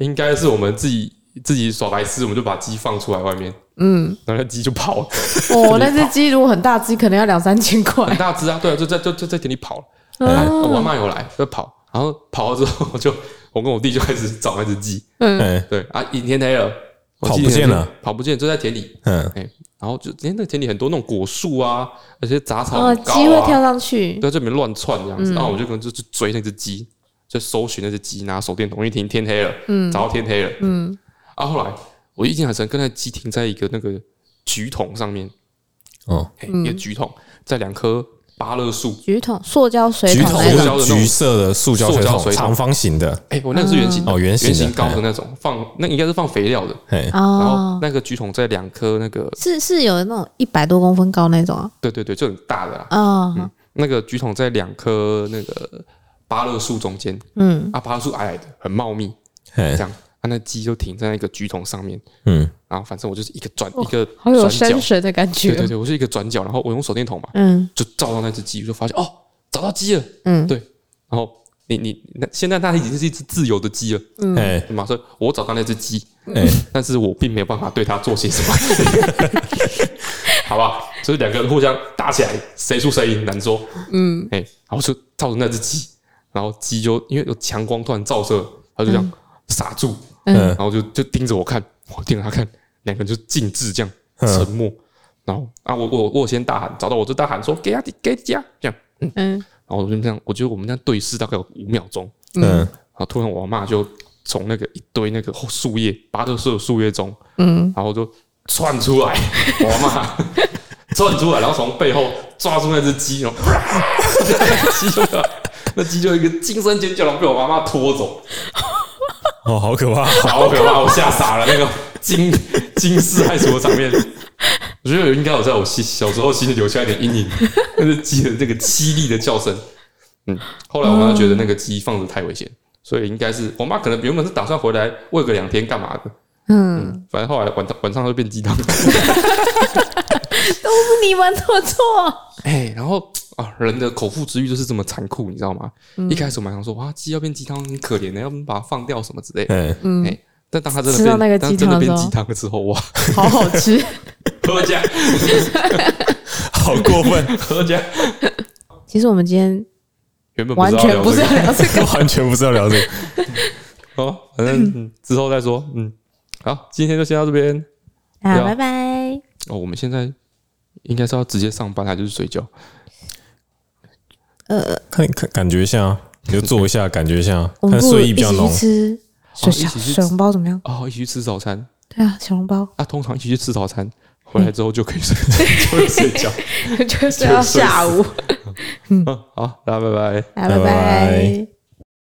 应该是我们自己自己耍白痴，我们就把鸡放出来外面，嗯，然后那鸡就跑了，哦，那只鸡如果很大只，可能要两三千很块。哦大只啊，对啊，就在就就在田里跑了，哎啊我妈有来就跑，然后跑了之后我就我跟我弟就开始找那只鸡，哎对啊，已经天黑了，我跑记不得见是了，跑不见，就在田里，嗯，哎、然后就今天那田里很多那种果树啊，而且杂草哦，很高、啊鸡会跳上去，在这边乱窜这样嗯子，然后我们就可能就去追那只鸡，就搜寻那只鸡，拿手电筒，因为天天黑了，找到天黑了，嗯，啊，后来我印象很深，跟那鸡停在一个那个橘桶上面，哦，嘿嗯一个橘桶，在两棵芭乐树，橘桶、塑胶水橘桶桶那是种，塑胶的那种橘色的塑胶水塑胶桶，水桶长方形的，哎、我那个是圆形的哦圆形圆的形高的那种，放那应该是放肥料的，嘿，然后哦，那个橘桶在两棵那个，是是有那种一百多公分高那种啊，对对对，就很大的啦，哦，那个橘桶在两棵那个芭乐树中间，嗯，啊，芭乐树矮矮的，很茂密，嘿这，样，啊，那鸡就停在那个橘桶上面。嗯，然后反正我就是一个转、一个好有转角山，神的感对觉对，对，我是一个转角，然后我用手电筒嘛，嗯就照到那只鸡，我就发现哦，找到鸡了，嗯，对，然后你你那现在它已经是一只自由的鸡了，嗯哎马上我找到那只鸡，哎，但是我并没有办法对它做些什么，好吧？所以两个人互相打起来，谁输谁赢难说。嗯，哎，然后就造成那只鸡，然后鸡就因为有强光突然照射，它就这样傻住，嗯然，后就就盯着我看，我盯着他看，两个人就静置这样沉默。然后啊，我我我先大喊，找到我就大喊说给啊给家这样，嗯，然后我就这样，我觉得我们这样对视大概有五秒钟，嗯，然后突然我妈就从那个一堆那个树叶拔的所有树叶中，嗯，然后就窜出来， [LAUGHS] 我妈窜出来，然后从背后抓住那只鸡，然后 [LAUGHS] 那鸡就那鸡就一个惊声尖叫，然后被我妈妈拖走，哦，好可怕，好可怕，我吓傻了，那个惊惊世骇俗的场面。我觉得应该有在我心小时候心里留下一点阴影，那只鸡的那个凄厉的叫声。嗯，后来我妈觉得那个鸡放着太危险，所以应该是我妈可能原本是打算回来喂个两天干嘛的，嗯，反正后来晚晚上就变鸡汤。都是你们的错。 [LAUGHS] 哎、然后啊，人的口腹之欲就是这么残酷，你知道吗？嗯一开始我们还想说哇，鸡要变鸡汤很可怜的，要不然把它放掉什么之类的。嗯，哎、但当它真的吃到变，那个当鸡真的汤的变时候鸡汤了之后，哇， [LAUGHS] 好好吃，合家好过分， [LAUGHS] 合家，其实我们今天原本完全不是要聊 [LAUGHS] 这个，完全不知道聊这个， [LAUGHS] 哦，反正嗯之后再说。嗯，好，今天就先到这边。啊，聊拜拜。哦，我们现在应该是要直接上班还是睡觉？看看感觉一下啊，你就坐一下，感觉一下啊，我们不看如睡一意比起较去浓，吃水哦一小起去水笼包怎么样？哦，一起去吃早餐。对啊，小笼 [LAUGHS] 包啊，通常一起去吃早餐，回来之后就可以睡， [LAUGHS] 就会睡 [LAUGHS] 觉。就是要下午。嗯，好，大家拜拜。啊，拜拜拜拜。